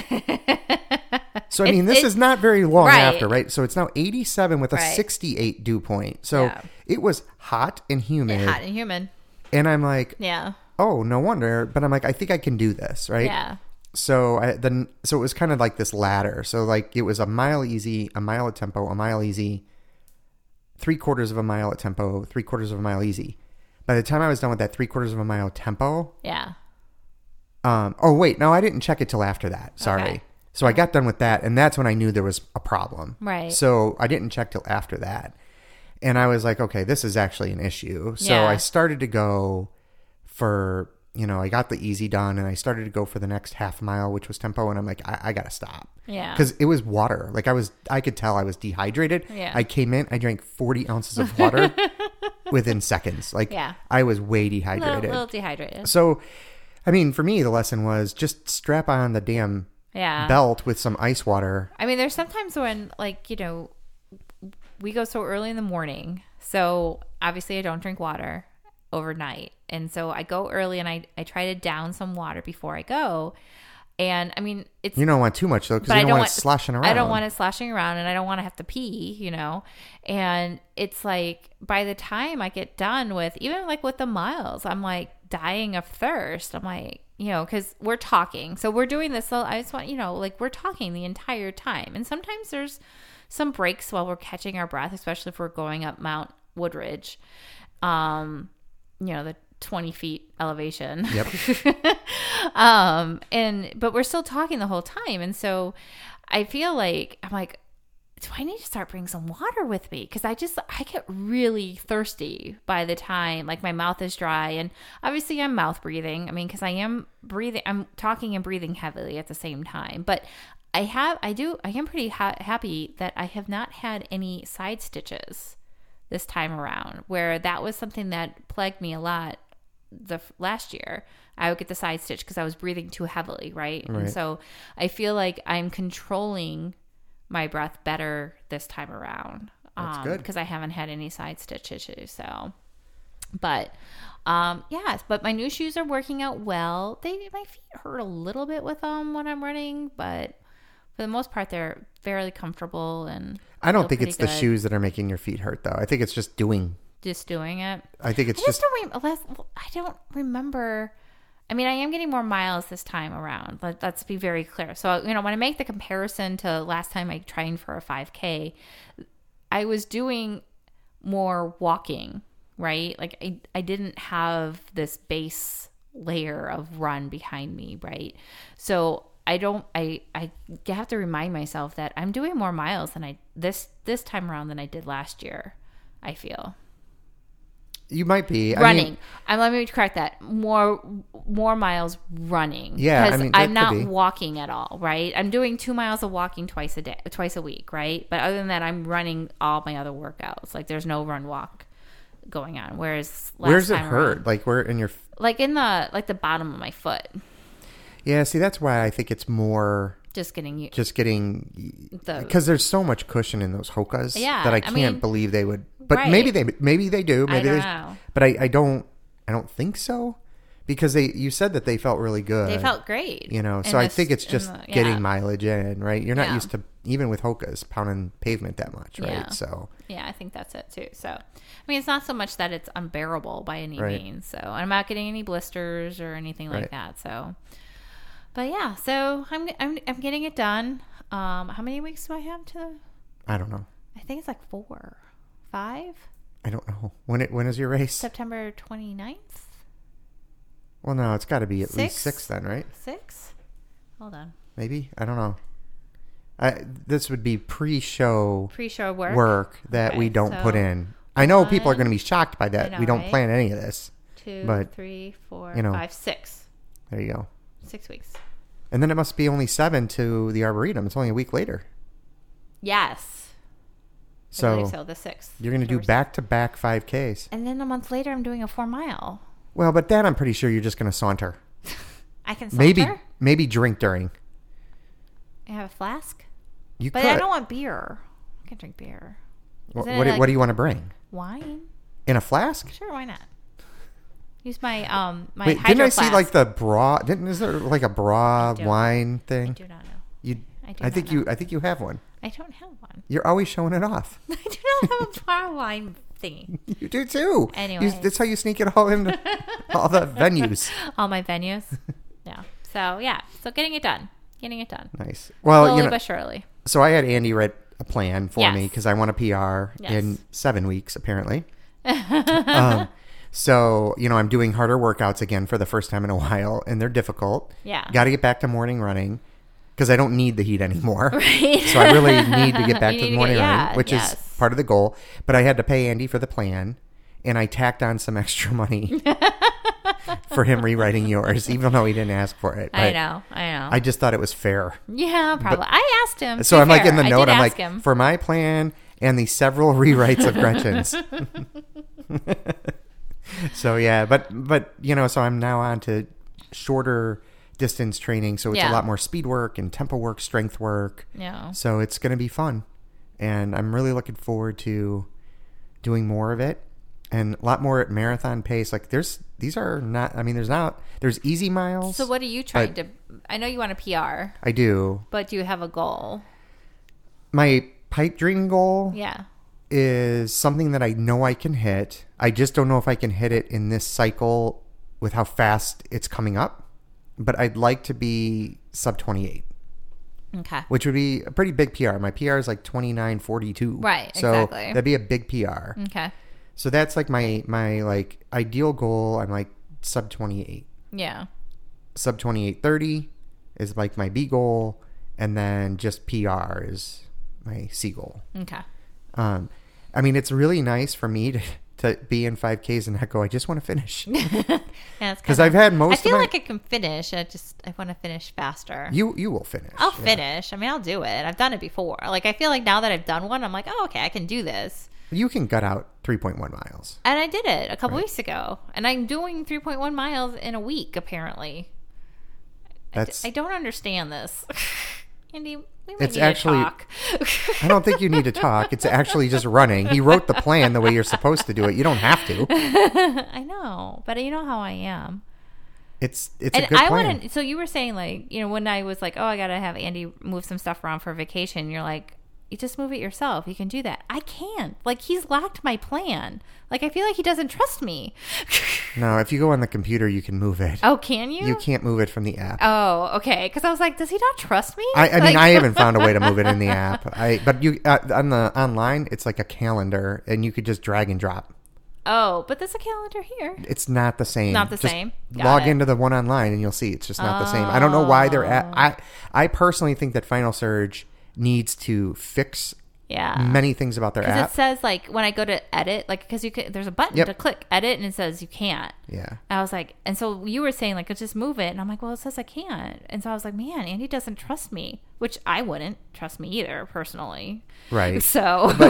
Speaker 1: so I mean, this is not very long
Speaker 3: right.
Speaker 1: after, right? So it's now 87 with a
Speaker 3: Right.
Speaker 1: 68 dew point. So
Speaker 3: Yeah.
Speaker 1: it was hot and humid,
Speaker 3: Hot and human.
Speaker 1: and I'm like,
Speaker 3: Yeah.
Speaker 1: oh, no wonder. But I'm like, I think I can do this, right?
Speaker 3: Yeah.
Speaker 1: so I then so it was kind of like this ladder. So like it was a mile easy, a mile at tempo, a mile easy, three quarters of a mile at tempo, three quarters of a mile easy. By the time I was done with that three quarters of a mile tempo,
Speaker 3: Yeah.
Speaker 1: um, oh wait, no, I didn't check it till after that. Sorry.
Speaker 3: Okay.
Speaker 1: So I got done with that, and that's when I knew there was a problem.
Speaker 3: Right.
Speaker 1: So I didn't check till after that, and I was like, okay, this is actually an issue. So
Speaker 3: Yeah.
Speaker 1: I started to go for you know I got the easy done, and I started to go for the next half mile, which was tempo, and I'm like, I, I gotta stop.
Speaker 3: Yeah.
Speaker 1: Because it was water. Like I was, I could tell I was dehydrated.
Speaker 3: Yeah.
Speaker 1: I came in, I drank 40 ounces of water within seconds. Like
Speaker 3: Yeah.
Speaker 1: I was way
Speaker 3: A little,
Speaker 1: dehydrated.
Speaker 3: little dehydrated.
Speaker 1: So, I mean, for me, the lesson was just strap on the damn
Speaker 3: Yeah.
Speaker 1: belt with some ice water.
Speaker 3: I mean, there's sometimes when, like, you know, we go so early in the morning. So obviously, I don't drink water overnight. And so I go early and I, I try to down some water before I go. And I mean, it's
Speaker 1: You don't want too much though, because you
Speaker 3: but
Speaker 1: don't,
Speaker 3: I don't
Speaker 1: want,
Speaker 3: want
Speaker 1: it sloshing around.
Speaker 3: I don't want it sloshing around, and I don't want to have to pee, you know. And it's like by the time I get done with even like with the miles, I'm like dying of thirst. I'm like, you know, because we're talking, so we're doing this. So I just want you know, like we're talking the entire time, and sometimes there's some breaks while we're catching our breath, especially if we're going up Mount Woodridge. Um, you know the 20 feet elevation yep um and but we're still talking the whole time and so i feel like i'm like do i need to start bringing some water with me because i just i get really thirsty by the time like my mouth is dry and obviously i'm mouth breathing i mean because i am breathing i'm talking and breathing heavily at the same time but i have i do i am pretty ha- happy that i have not had any side stitches this time around, where that was something that plagued me a lot the f- last year. I would get the side stitch because I was breathing too heavily, right?
Speaker 1: Right.
Speaker 3: And so I feel like I'm controlling my breath better this time around.
Speaker 1: That's good.
Speaker 3: Because I haven't had any side stitch issues. So, but um, yes, but my new shoes are working out well. They my feet hurt a little bit with them when I'm running, but for the most part, they're fairly comfortable and
Speaker 1: I don't
Speaker 3: feel
Speaker 1: think
Speaker 3: pretty
Speaker 1: it's the
Speaker 3: good.
Speaker 1: shoes that are making your feet hurt, though. I think it's just doing.
Speaker 3: Just doing it.
Speaker 1: I think it's
Speaker 3: I just
Speaker 1: just.
Speaker 3: don't. Rem- last, I don't remember. I mean, I am getting more miles this time around. Let, let's be very clear. So, you know, when I make the comparison to last time I trained for a 5K, I was doing more walking, right? Like I, I didn't have this base layer of run behind me, right? So I don't I I have to remind myself that I'm doing more miles than I this this time around than I did last year. I feel
Speaker 1: You might be I mean,
Speaker 3: running. I let me correct that. More more miles running.
Speaker 1: Yeah, I
Speaker 3: because
Speaker 1: mean, that
Speaker 3: I'm
Speaker 1: could
Speaker 3: not
Speaker 1: be.
Speaker 3: walking at all. Right, I'm doing two miles of walking twice a day, twice a week. Right, but other than that, I'm running all my other workouts. Like there's no run walk going on. Whereas last
Speaker 1: where's it
Speaker 3: time
Speaker 1: hurt?
Speaker 3: around-
Speaker 1: Like where in your? f-
Speaker 3: like in the like the bottom of my foot,
Speaker 1: Yeah. See, that's why I think it's more
Speaker 3: just getting you.
Speaker 1: just getting
Speaker 3: The-
Speaker 1: because there's so much cushion in those hokas
Speaker 3: Oh. Yeah,
Speaker 1: that I
Speaker 3: I
Speaker 1: can't
Speaker 3: mean-
Speaker 1: believe they would. But
Speaker 3: Right.
Speaker 1: maybe they maybe they do. Maybe
Speaker 3: don't
Speaker 1: they,
Speaker 3: know.
Speaker 1: But I, I don't I don't think so because they you said that they felt really good.
Speaker 3: They felt great.
Speaker 1: you know.
Speaker 3: in
Speaker 1: So I
Speaker 3: this-
Speaker 1: think it's
Speaker 3: in
Speaker 1: just
Speaker 3: the- yeah.
Speaker 1: getting mileage in, right? You're not
Speaker 3: Yeah.
Speaker 1: used to even with hokas pounding pavement that much, right?
Speaker 3: Yeah.
Speaker 1: So
Speaker 3: Yeah, I think that's it too. So, I mean, it's not so much that it's unbearable by any
Speaker 1: Right.
Speaker 3: means. So, I'm not getting any blisters or anything like
Speaker 1: Right.
Speaker 3: that. So, but yeah, so I'm I'm I'm getting it done. Um, how many weeks do I have to?
Speaker 1: I don't know.
Speaker 3: I think it's like four, five.
Speaker 1: I don't know when it when is your race?
Speaker 3: September 29th,
Speaker 1: Well, no, it's got to be at least
Speaker 3: Six?
Speaker 1: six then, right?
Speaker 3: six. Hold on,
Speaker 1: Maybe I don't know. I, this would be pre-show
Speaker 3: pre-show work.
Speaker 1: work that we
Speaker 3: Okay,
Speaker 1: don't put
Speaker 3: so
Speaker 1: in. I know people are
Speaker 3: one-
Speaker 1: going to be shocked by that.
Speaker 3: I know,
Speaker 1: we don't
Speaker 3: right?
Speaker 1: plan any of this.
Speaker 3: Two,
Speaker 1: but,
Speaker 3: three, four,
Speaker 1: you know.
Speaker 3: five, six.
Speaker 1: There you go.
Speaker 3: Six weeks.
Speaker 1: And then it must be only seven to the arboretum. It's only a week later.
Speaker 3: Yes. I
Speaker 1: So,
Speaker 3: believe so the sixth.
Speaker 1: you're going to do
Speaker 3: October sixth.
Speaker 1: back-to-back 5Ks.
Speaker 3: And then a month later, I'm doing a four mile.
Speaker 1: Well, but that I'm pretty sure you're just going to saunter.
Speaker 3: I can saunter.
Speaker 1: Maybe maybe drink during.
Speaker 3: I have a flask,
Speaker 1: You
Speaker 3: but
Speaker 1: could.
Speaker 3: I don't want beer. I can drink beer,
Speaker 1: Wh-
Speaker 3: isn't
Speaker 1: what, do-
Speaker 3: it like-
Speaker 1: what do you want to bring?
Speaker 3: wine.
Speaker 1: In a flask?
Speaker 3: Sure, why not? Use my um my
Speaker 1: Wait,
Speaker 3: hydro
Speaker 1: didn't I see
Speaker 3: flask.
Speaker 1: like the bra? Didn't is there like a bra
Speaker 3: don't.
Speaker 1: wine
Speaker 3: I
Speaker 1: thing?
Speaker 3: do not know.
Speaker 1: You,
Speaker 3: I do
Speaker 1: I
Speaker 3: not
Speaker 1: think
Speaker 3: know.
Speaker 1: you, I think you have one.
Speaker 3: I don't have one.
Speaker 1: You're always showing it off.
Speaker 3: I do not have a bar wine thingy.
Speaker 1: You do too. You-
Speaker 3: Anyway.
Speaker 1: that's how you sneak it all into all the venues.
Speaker 3: All my venues. Yeah. So yeah. So getting it done. Getting it done.
Speaker 1: Nice. Well,
Speaker 3: Slowly
Speaker 1: you know,
Speaker 3: but surely.
Speaker 1: so I had Andy write a plan for me
Speaker 3: Yes.
Speaker 1: because I want a PR
Speaker 3: Yes.
Speaker 1: in seven weeks, apparently. um, so you know, I'm doing harder workouts again for the first time in a while, and they're difficult.
Speaker 3: Yeah.
Speaker 1: Got to get back to morning running because I don't need the heat anymore. so I really need to get back
Speaker 3: You
Speaker 1: to the
Speaker 3: need to
Speaker 1: morning
Speaker 3: get-
Speaker 1: running,
Speaker 3: yeah,
Speaker 1: which is
Speaker 3: yes.
Speaker 1: part of the goal. But I had to pay Andy for the plan, and I tacked on some extra money for him rewriting yours, even though he didn't ask for it.
Speaker 3: I
Speaker 1: But
Speaker 3: know. I know.
Speaker 1: I just thought it was fair.
Speaker 3: yeah, probably. I asked him. to
Speaker 1: So
Speaker 3: be
Speaker 1: I'm like in
Speaker 3: fair.
Speaker 1: the
Speaker 3: I
Speaker 1: note,
Speaker 3: did
Speaker 1: I'm
Speaker 3: ask
Speaker 1: like
Speaker 3: him.
Speaker 1: for my plan and the several rewrites of Gretchen's. so yeah, but but you know, so I'm now on to shorter distance training, so it's a
Speaker 3: Yeah.
Speaker 1: lot more speed work and tempo work, strength work.
Speaker 3: yeah.
Speaker 1: So it's going to be fun. And I'm really looking forward to doing more of it and a lot more at marathon pace. Like there's these are not I mean there's not there's easy miles.
Speaker 3: So what are you trying to? I know you want a PR,
Speaker 1: I do.
Speaker 3: but do you have a goal?
Speaker 1: My pipe dream goal
Speaker 3: Yeah.
Speaker 1: is something that I know I can hit. I just don't know if I can hit it in this cycle with how fast it's coming up. But I'd like to be sub 28,
Speaker 3: Okay.
Speaker 1: which would be a pretty big PR. My PR is like 2942.
Speaker 3: Right,
Speaker 1: So
Speaker 3: exactly. Mm.
Speaker 1: that'd be a big PR.
Speaker 3: Okay.
Speaker 1: So that's like my my like ideal goal. I'm like sub 28.
Speaker 3: Yeah.
Speaker 1: Sub 2830 is like my B goal and then just PR is my C goal.
Speaker 3: Okay.
Speaker 1: Um, I mean, it's really nice for me to, to be in 5Ks and not go, I just want to finish.
Speaker 3: Yeah, it's
Speaker 1: Because
Speaker 3: kinda-
Speaker 1: I've had
Speaker 3: I
Speaker 1: most
Speaker 3: feel
Speaker 1: of my.
Speaker 3: like I can finish. I just I want to finish faster.
Speaker 1: you, you will finish.
Speaker 3: I'll
Speaker 1: yeah.
Speaker 3: finish. I mean, I'll do it. I've done it before. Like I feel like now that I've done one, I'm like, oh, okay, I can do this.
Speaker 1: You can gut out 3.1 miles.
Speaker 3: And I did it a couple weeks ago. And I'm doing 3.1 miles in a week, apparently. I d-
Speaker 1: That's
Speaker 3: I
Speaker 1: I,
Speaker 3: don't understand this. Andy, we might
Speaker 1: It's
Speaker 3: need
Speaker 1: actually-
Speaker 3: to talk.
Speaker 1: don't think you need to talk. It's actually just running. He wrote the plan the way you're supposed to do it. You don't have to.
Speaker 3: I know, but you know how I am.
Speaker 1: It's it's a
Speaker 3: and
Speaker 1: good
Speaker 3: I
Speaker 1: plan.
Speaker 3: wouldn't. So you were saying like you know when I was like, oh, I gotta have Andy move some stuff around for vacation. You're like, you just move it yourself. You can do that. I can't. Like he's locked my plan. Like I feel like he doesn't trust me.
Speaker 1: No, if you go on the computer, you can move it.
Speaker 3: oh, can you?
Speaker 1: You can't move it from the app.
Speaker 3: Oh, okay. Because I was like, does he not trust me?
Speaker 1: I, I mean,
Speaker 3: Like-
Speaker 1: I haven't found a way to move it in the app. I but you uh, on the online, it's like a calendar, and you could just drag and drop.
Speaker 3: oh, but there's a calendar here.
Speaker 1: It's not the same.
Speaker 3: Not the
Speaker 1: Just
Speaker 3: same? Got
Speaker 1: log
Speaker 3: it.
Speaker 1: into the one online, and you'll see it's just not the same. I don't know why they're
Speaker 3: Oh.
Speaker 1: at. I I personally think that Final Surge needs to fix
Speaker 3: Yeah.
Speaker 1: many things about their
Speaker 3: Because
Speaker 1: app.
Speaker 3: it says like when I go to edit, like because you can, there's a button
Speaker 1: Yep.
Speaker 3: to click edit, and it says you can't.
Speaker 1: yeah,
Speaker 3: I was like, and so you were saying like, "Oh, just move it, and I'm like, well, it says I can't, and so I was like, man, Andy doesn't trust me, which I wouldn't trust me either personally.
Speaker 1: right.
Speaker 3: So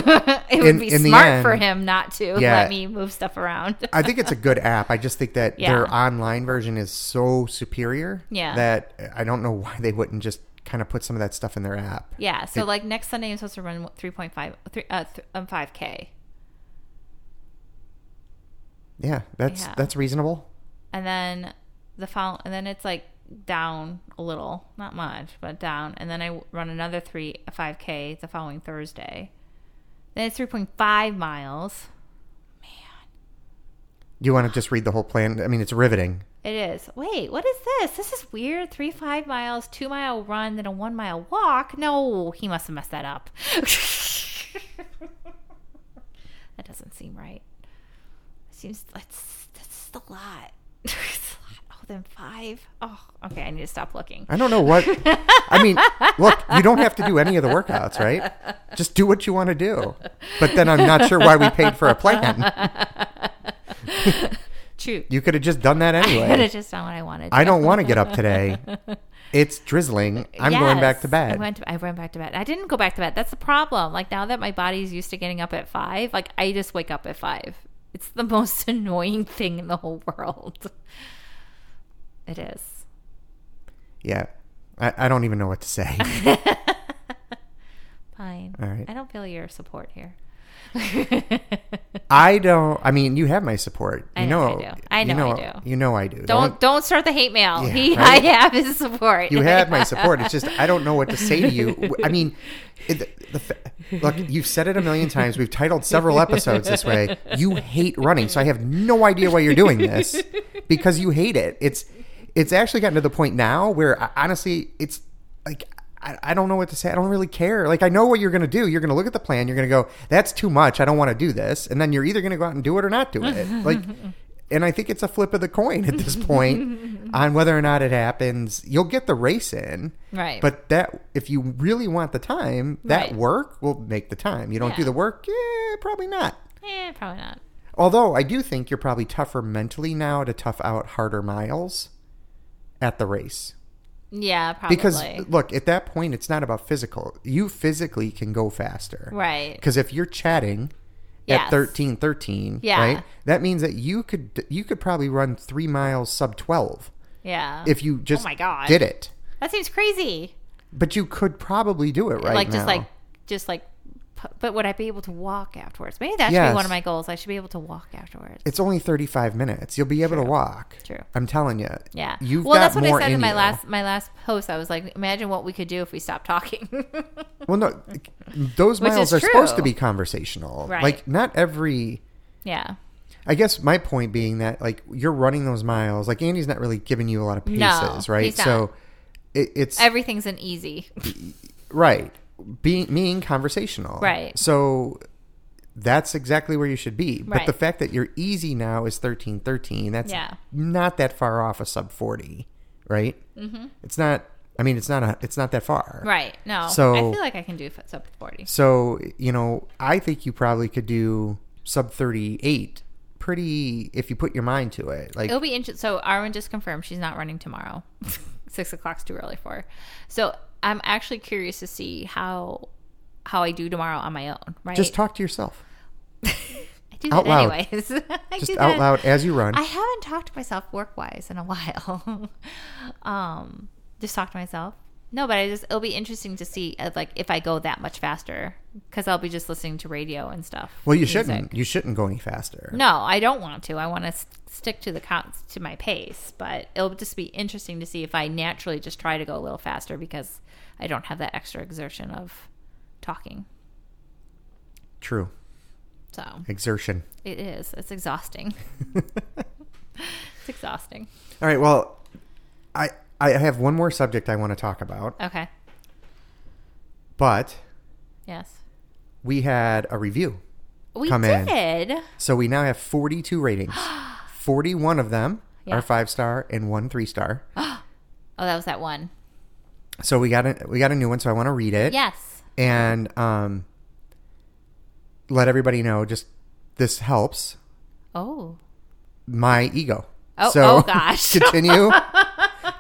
Speaker 3: it would
Speaker 1: in-
Speaker 3: be
Speaker 1: in the
Speaker 3: smart for
Speaker 1: end-
Speaker 3: him not to
Speaker 1: Yeah.
Speaker 3: let me move stuff around.
Speaker 1: I think it's a good app. I just think that
Speaker 3: Yeah.
Speaker 1: their online version is so superior
Speaker 3: Yeah.
Speaker 1: that I don't know why they wouldn't just kind of put some of that stuff in their app.
Speaker 3: yeah. So
Speaker 1: It-
Speaker 3: like next Sunday, I'm supposed to run 3.5, three, uh, th- um, 5K,
Speaker 1: Yeah, that's
Speaker 3: Yeah.
Speaker 1: that's reasonable.
Speaker 3: and then the follow, and then it's like down a little, not much, but down, and then I w- run another three, a 5K the following Thursday. Then it's 3.5 miles.
Speaker 1: You want to just read the whole plan? I mean, it's riveting.
Speaker 3: It is. Wait, what is this? This is weird. Three five miles, two mile run, then a one mile walk. No, he must have messed that up. that doesn't seem right. Seems that's that's a lot. it's a lot. Oh, then five. Oh, okay. I need to stop looking.
Speaker 1: I don't know what. I mean, look, you don't have to do any of the workouts, right? Just do what you want to do. But then I'm not sure why we paid for a plan.
Speaker 3: True.
Speaker 1: You could have just done that
Speaker 3: I could
Speaker 1: anyway.
Speaker 3: have just done what I wanted.
Speaker 1: I don't want to get up today. It's drizzling. I'm going back to
Speaker 3: Yes,
Speaker 1: bed.
Speaker 3: I went. I went back to bed. I didn't go back to bed. That's the problem. Like now that my body's used to getting up at five, like I just wake up at five. It's the most annoying thing in the whole world. It is.
Speaker 1: yeah. I, I don't even know what to say.
Speaker 3: Fine.
Speaker 1: All right.
Speaker 3: I don't feel your support here.
Speaker 1: I don't. I mean, you have my support. You
Speaker 3: I know I do. I
Speaker 1: you
Speaker 3: know I do.
Speaker 1: You know I do.
Speaker 3: don't don't start the hate mail.
Speaker 1: Yeah,
Speaker 3: he,
Speaker 1: right?
Speaker 3: I have his support.
Speaker 1: You have my support. It's just I don't know what to say to you. I mean, it, the, fa look, you've said it a million times. We've titled several episodes this way. You hate running, so I have no idea why you're doing this because you hate it. It's it's actually gotten to the point now where I, honestly, it's like. I, I don't know what to say. I don't really care. Like I know what you're going to do. You're going to look at the plan. You're going to go, "That's too much. I don't want to do this." And then you're either going to go out and do it or not do it. Like and I think it's a flip of the coin at this point on whether or not it happens. You'll get the race in,
Speaker 3: Right.
Speaker 1: But that, if you really want the time, that
Speaker 3: Right.
Speaker 1: work will make the time. You don't do
Speaker 3: Yeah.
Speaker 1: the work, yeah, probably not.
Speaker 3: Eh, probably not.
Speaker 1: Although I do think you're probably tougher mentally now to tough out harder miles at the race.
Speaker 3: Yeah, probably.
Speaker 1: Because look, at that point, it's not about physical. You physically can go faster,
Speaker 3: right.
Speaker 1: because if you're chatting at
Speaker 3: Yes.
Speaker 1: thirteen thirteen,
Speaker 3: Yeah.
Speaker 1: right, that means that you could you could probably run three miles sub twelve
Speaker 3: Yeah.
Speaker 1: if you just
Speaker 3: Oh my God.
Speaker 1: did it.
Speaker 3: that seems crazy.
Speaker 1: But you could probably do it right
Speaker 3: like just
Speaker 1: now.
Speaker 3: like just like pu- but would i be able to walk afterwards maybe that should be one
Speaker 1: Yes.
Speaker 3: of my goals i should be able to walk afterwards
Speaker 1: it's only thirty five minutes. You'll be able to walk.
Speaker 3: True.
Speaker 1: I'm telling you.
Speaker 3: yeah
Speaker 1: You've
Speaker 3: well
Speaker 1: got
Speaker 3: that's what
Speaker 1: more
Speaker 3: i said in my
Speaker 1: you.
Speaker 3: last my last post i was like imagine what we could do if we stopped talking
Speaker 1: Well, no, those
Speaker 3: Which
Speaker 1: miles
Speaker 3: is
Speaker 1: are supposed to
Speaker 3: true.
Speaker 1: be conversational.
Speaker 3: Right.
Speaker 1: Like not every
Speaker 3: yeah
Speaker 1: I guess my point being that like you're running those miles, like Andy's not really giving you a lot of paces,
Speaker 3: No,
Speaker 1: right?
Speaker 3: he's not.
Speaker 1: So it, it's
Speaker 3: everything's an easy
Speaker 1: right being being conversational,
Speaker 3: Right.
Speaker 1: So that's exactly where you should be. But
Speaker 3: Right.
Speaker 1: the fact that you're easy now is thirteen thirteen. That's
Speaker 3: Yeah.
Speaker 1: not that far off a sub forty, right? Mm-hmm. It's not. I mean, it's not a. It's not that far,
Speaker 3: right no
Speaker 1: So-
Speaker 3: i feel like i can do f- sub 40
Speaker 1: So you know, I think you probably could do sub thirty eight pretty if you put your mind to it. Like
Speaker 3: it'll be interesting so arwen just confirmed she's not running tomorrow six o'clock's too early for her so i'm actually curious to see how how i do tomorrow on my own right
Speaker 1: just talk to yourself.
Speaker 3: I do
Speaker 1: Out
Speaker 3: that
Speaker 1: loud.
Speaker 3: anyways. I
Speaker 1: Just
Speaker 3: do
Speaker 1: out
Speaker 3: that-
Speaker 1: loud as you run.
Speaker 3: I haven't talked to myself work wise in a while. um, just talk to myself. No, but I just it'll be interesting to see uh, like if I go that much faster because I'll be just listening to radio and stuff.
Speaker 1: well, you
Speaker 3: music.
Speaker 1: shouldn't. You shouldn't go any faster.
Speaker 3: No, I don't want to. I want to st- stick to the count to my pace, but it'll just be interesting to see if I naturally just try to go a little faster because I don't have that extra exertion of talking.
Speaker 1: True.
Speaker 3: So
Speaker 1: Exertion.
Speaker 3: it is. It's exhausting. it's exhausting.
Speaker 1: All right. Well, I I have one more subject I want to talk about,
Speaker 3: Okay.
Speaker 1: but
Speaker 3: Yes.
Speaker 1: we had a review,
Speaker 3: We
Speaker 1: Come in.
Speaker 3: did.
Speaker 1: so we now have 42 ratings. 41 of them
Speaker 3: Yeah.
Speaker 1: are five star and one three star.
Speaker 3: Oh, that was that one.
Speaker 1: So we got a we got a new one. So I want to read it.
Speaker 3: Yes.
Speaker 1: and um, let everybody know just this helps
Speaker 3: Oh.
Speaker 1: my ego.
Speaker 3: Oh-
Speaker 1: so
Speaker 3: oh, gosh.
Speaker 1: continue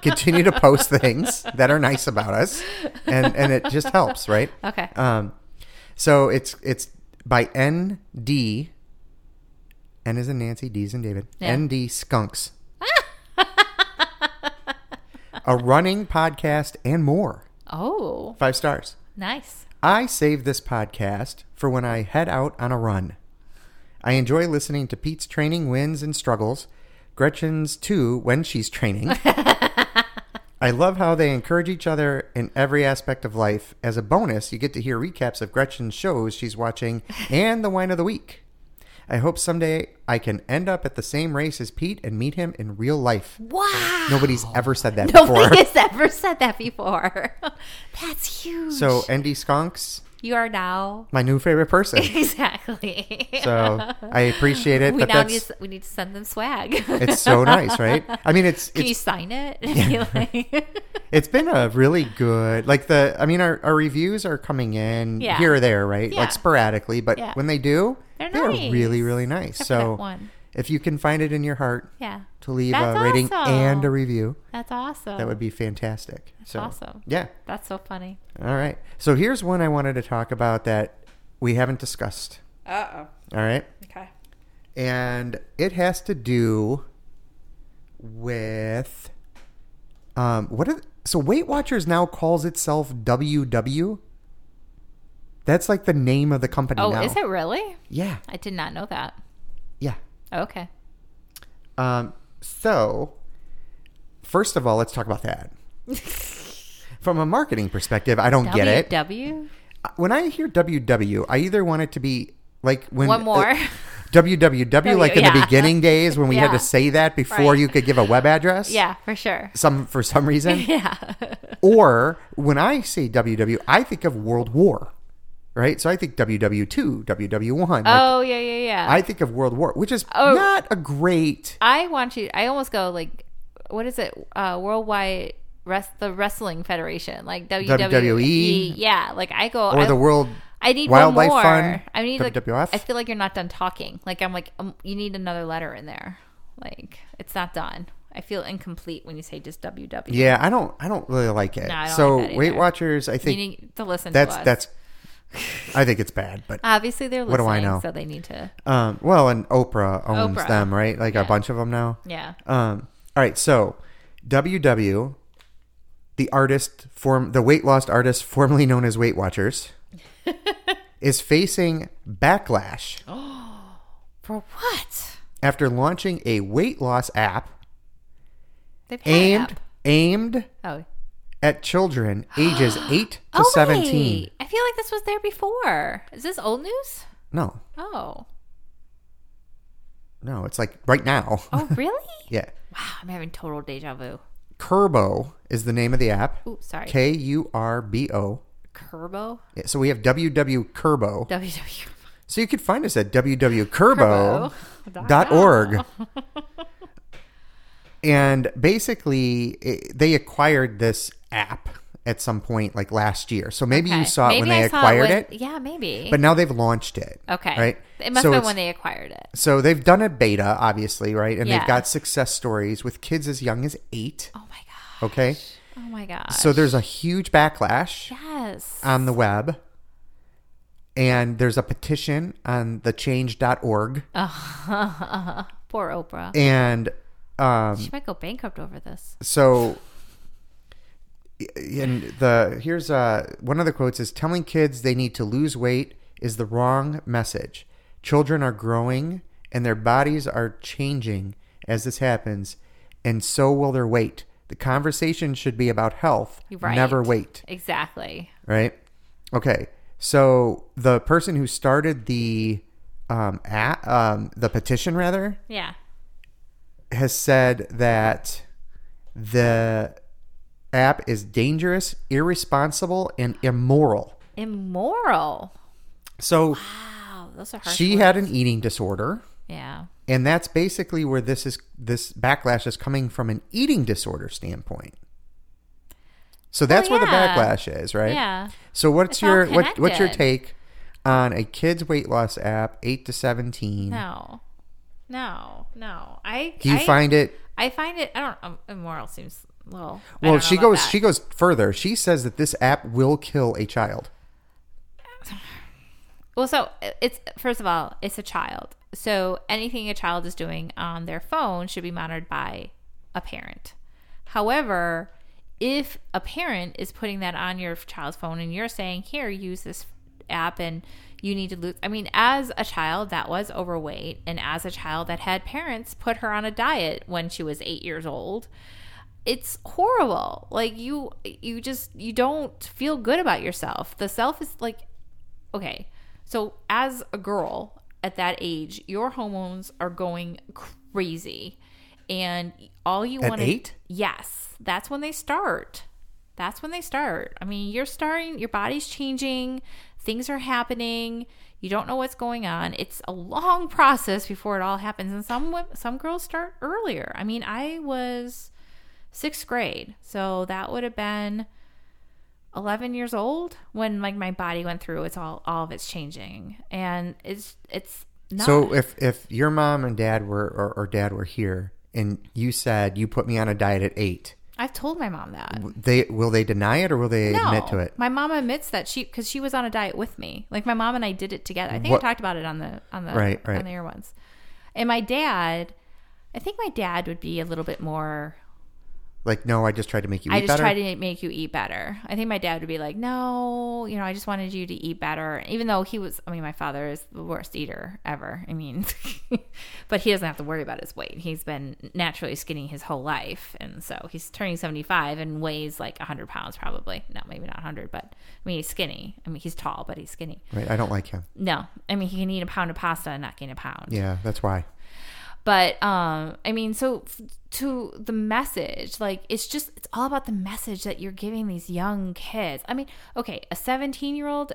Speaker 1: continue to post things that are nice about us, and and it just helps, right?
Speaker 3: Okay.
Speaker 1: Um, so it's it's by N D. N is in Nancy, D's in David.
Speaker 3: Yeah.
Speaker 1: N D Skunks. A running podcast and more.
Speaker 3: oh,
Speaker 1: Five stars.
Speaker 3: nice.
Speaker 1: I save this podcast for when I head out on a run. I enjoy listening to Pete's training wins and struggles, Gretchen's too when she's training. I love how they encourage each other in every aspect of life. As a bonus, you get to hear recaps of Gretchen's shows she's watching and the wine of the week. I hope someday I can end up at the same race as Pete and meet him in real life.
Speaker 3: Wow.
Speaker 1: Nobody's ever said that before.
Speaker 3: Nobody has ever said that before. That's huge.
Speaker 1: So, ND Skunks,
Speaker 3: you are now
Speaker 1: my new favorite person.
Speaker 3: exactly.
Speaker 1: So I appreciate it.
Speaker 3: we
Speaker 1: but
Speaker 3: now
Speaker 1: that's
Speaker 3: need to, we need to send them swag.
Speaker 1: it's so nice, right? I mean, it's
Speaker 3: Can you
Speaker 1: it's,
Speaker 3: sign it?
Speaker 1: it's been a really good like the I mean our, our reviews are coming in
Speaker 3: Yeah.
Speaker 1: here or there, right?
Speaker 3: Yeah.
Speaker 1: Like sporadically, but
Speaker 3: Yeah.
Speaker 1: when they do,
Speaker 3: They're nice.
Speaker 1: really really nice.
Speaker 3: Except for that
Speaker 1: so
Speaker 3: one.
Speaker 1: if you can find it in your heart
Speaker 3: Yeah,
Speaker 1: to leave
Speaker 3: That's
Speaker 1: a rating
Speaker 3: awesome.
Speaker 1: and a review,
Speaker 3: that's awesome.
Speaker 1: that would be fantastic. so
Speaker 3: awesome.
Speaker 1: Yeah.
Speaker 3: That's so funny.
Speaker 1: All right. So here's one I wanted to talk about that we haven't discussed.
Speaker 3: Uh oh.
Speaker 1: All right.
Speaker 3: Okay.
Speaker 1: and it has to do with um what are so Weight Watchers now calls itself WW. That's like the name of the company
Speaker 3: Oh,
Speaker 1: now.
Speaker 3: is it really?
Speaker 1: Yeah,
Speaker 3: I did not know that.
Speaker 1: yeah.
Speaker 3: Okay.
Speaker 1: Um, so first of all, let's talk about that. From a marketing perspective, I don't get it.
Speaker 3: W.
Speaker 1: When I hear WW, I either want it to be like when
Speaker 3: One more.
Speaker 1: uh, WWW, like in the
Speaker 3: yeah.
Speaker 1: beginning days when we had to
Speaker 3: Yeah.
Speaker 1: say that before
Speaker 3: Right.
Speaker 1: you could give a web address.
Speaker 3: yeah, for sure.
Speaker 1: Some for some reason.
Speaker 3: Yeah.
Speaker 1: or when I say WW, I think of World War, right? So I think WW2, WW1. Like,
Speaker 3: oh yeah, yeah, yeah.
Speaker 1: I think of World War, which is
Speaker 3: Oh.
Speaker 1: not a great.
Speaker 3: I want you. I almost go like, what is it? Uh, Worldwide Rest the Wrestling Federation, like WWE.
Speaker 1: WWE.
Speaker 3: Yeah, like I go.
Speaker 1: E? Or
Speaker 3: I,
Speaker 1: the World.
Speaker 3: I need
Speaker 1: Wildlife
Speaker 3: one more.
Speaker 1: Fund,
Speaker 3: I need like.
Speaker 1: WWF.
Speaker 3: I feel like you're not done talking. Like I'm like um, you need another letter in there. Like it's not done. I feel incomplete when you say just E. WW.
Speaker 1: Yeah, I don't. I don't really like it.
Speaker 3: No, I don't
Speaker 1: so
Speaker 3: like that
Speaker 1: Weight
Speaker 3: either.
Speaker 1: Watchers, I
Speaker 3: You
Speaker 1: think
Speaker 3: need to listen.
Speaker 1: that's
Speaker 3: to us.
Speaker 1: that's. I think it's bad, but
Speaker 3: obviously they're listening,
Speaker 1: do I know?
Speaker 3: so they need to.
Speaker 1: um, well, and Oprah owns
Speaker 3: Oprah.
Speaker 1: them, right? Like a
Speaker 3: Yeah.
Speaker 1: bunch of them now.
Speaker 3: Yeah.
Speaker 1: Um, all right, so WW, the artist form the weight loss artist formerly known as Weight Watchers, is facing backlash
Speaker 3: Oh. For what?
Speaker 1: after launching a weight loss app
Speaker 3: They've had it
Speaker 1: aimed
Speaker 3: up.
Speaker 1: aimed
Speaker 3: Oh.
Speaker 1: at children ages eight to
Speaker 3: oh,
Speaker 1: seventeen.
Speaker 3: wait. I feel like this was there before. Is this old news?
Speaker 1: No,
Speaker 3: Oh.
Speaker 1: no, it's like right now.
Speaker 3: Oh, really?
Speaker 1: yeah,
Speaker 3: wow, I'm having total deja vu.
Speaker 1: Curbo is the name of the app.
Speaker 3: Ooh, sorry.
Speaker 1: K U R B O.
Speaker 3: Curbo?
Speaker 1: Yeah, So we have WW Curbo.
Speaker 3: WW.
Speaker 1: So you could find us at www.curbo.org.
Speaker 3: Curbo.
Speaker 1: and basically, it, they acquired this app at some point, like last year. So maybe you
Speaker 3: Okay.
Speaker 1: saw it when
Speaker 3: Maybe
Speaker 1: they
Speaker 3: I saw
Speaker 1: acquired
Speaker 3: when-
Speaker 1: it,
Speaker 3: Yeah, maybe.
Speaker 1: but now they've launched it.
Speaker 3: okay.
Speaker 1: Right?
Speaker 3: It must
Speaker 1: so
Speaker 3: have
Speaker 1: it's-
Speaker 3: been when they acquired it.
Speaker 1: So they've done a beta, obviously, right? And
Speaker 3: Yeah.
Speaker 1: they've got success stories with kids as young as eight.
Speaker 3: Oh my god.
Speaker 1: Okay.
Speaker 3: Oh my god.
Speaker 1: So there's a huge backlash
Speaker 3: yes.
Speaker 1: on the web. And there's a petition on the change.org.
Speaker 3: Poor Oprah.
Speaker 1: And um,
Speaker 3: she might go bankrupt over this.
Speaker 1: so y- and the here's uh one of the quotes is telling kids they need to lose weight is the wrong message children are growing and their bodies are changing as this happens and so will their weight the conversation should be about health
Speaker 3: Right.
Speaker 1: never weight
Speaker 3: Exactly.
Speaker 1: right? Okay, so the person who started the um, at, um, the petition rather
Speaker 3: Yeah.
Speaker 1: has said that the app is dangerous, irresponsible, and immoral.
Speaker 3: Immoral.
Speaker 1: So
Speaker 3: Wow, those are harsh.
Speaker 1: she
Speaker 3: words.
Speaker 1: had an eating disorder,
Speaker 3: Yeah.
Speaker 1: and that's basically where this is this backlash is coming from an eating disorder standpoint. So that's where the
Speaker 3: yeah.
Speaker 1: backlash is, right?
Speaker 3: Yeah.
Speaker 1: So what's
Speaker 3: It's all
Speaker 1: your what, what's your
Speaker 3: connected.
Speaker 1: take on a kids weight loss app eight to seventeen?
Speaker 3: No. No. No. I.
Speaker 1: Do you
Speaker 3: I,
Speaker 1: find it?
Speaker 3: I find it. I don't. Um, immoral seems a little. I
Speaker 1: Well,
Speaker 3: don't know
Speaker 1: she
Speaker 3: about
Speaker 1: goes
Speaker 3: that.
Speaker 1: she goes further. She says that this app will kill a child.
Speaker 3: Well, so it's first of all, it's a child. So anything a child is doing on their phone should be monitored by a parent. However, if a parent is putting that on your child's phone and you're saying, "Here, use this app and you need to lose," I mean, as a child that was overweight and as a child that had parents put her on a diet when she was 8 years old, it's horrible. Like you you just you don't feel good about yourself. The self is like okay so as a girl at that age your hormones are going crazy and all you
Speaker 1: At
Speaker 3: want to
Speaker 1: eight?
Speaker 3: yes that's when they start that's when they start i mean you're starting your body's changing things are happening you don't know what's going on it's a long process before it all happens and some wo- some girls start earlier i mean i was 6th grade so that would have been 11 years old when like my body went through it's all all of it's changing and it's it's not
Speaker 1: So if if your mom and dad were or, or dad were here and you said you put me on a diet at eight,
Speaker 3: i've told my mom that
Speaker 1: they will they deny it or will they admit to it?
Speaker 3: my mom admits that she because she was on a diet with me like my mom and i did it together i think
Speaker 1: What-
Speaker 3: i talked about it on the on the
Speaker 1: Right, right.
Speaker 3: on the air once and my dad i think my dad would be a little bit more
Speaker 1: Like no, I just tried to make you
Speaker 3: I
Speaker 1: eat
Speaker 3: just
Speaker 1: better.
Speaker 3: tried to make you eat better. I think my dad would be like, no, you know, I just wanted you to eat better. Even though he was, I mean, my father is the worst eater ever. I mean, but he doesn't have to worry about his weight. He's been naturally skinny his whole life. And so he's turning 75 and weighs like 100 pounds probably. No, maybe not 100, but I mean, he's skinny. I mean, he's tall, but he's skinny.
Speaker 1: right, I don't like him.
Speaker 3: No, I mean, he can eat a pound of pasta and not gain a pound
Speaker 1: Yeah, that's why.
Speaker 3: but um i mean so f- to the message like it's just it's all about the message that you're giving these young kids i mean okay a 17 year old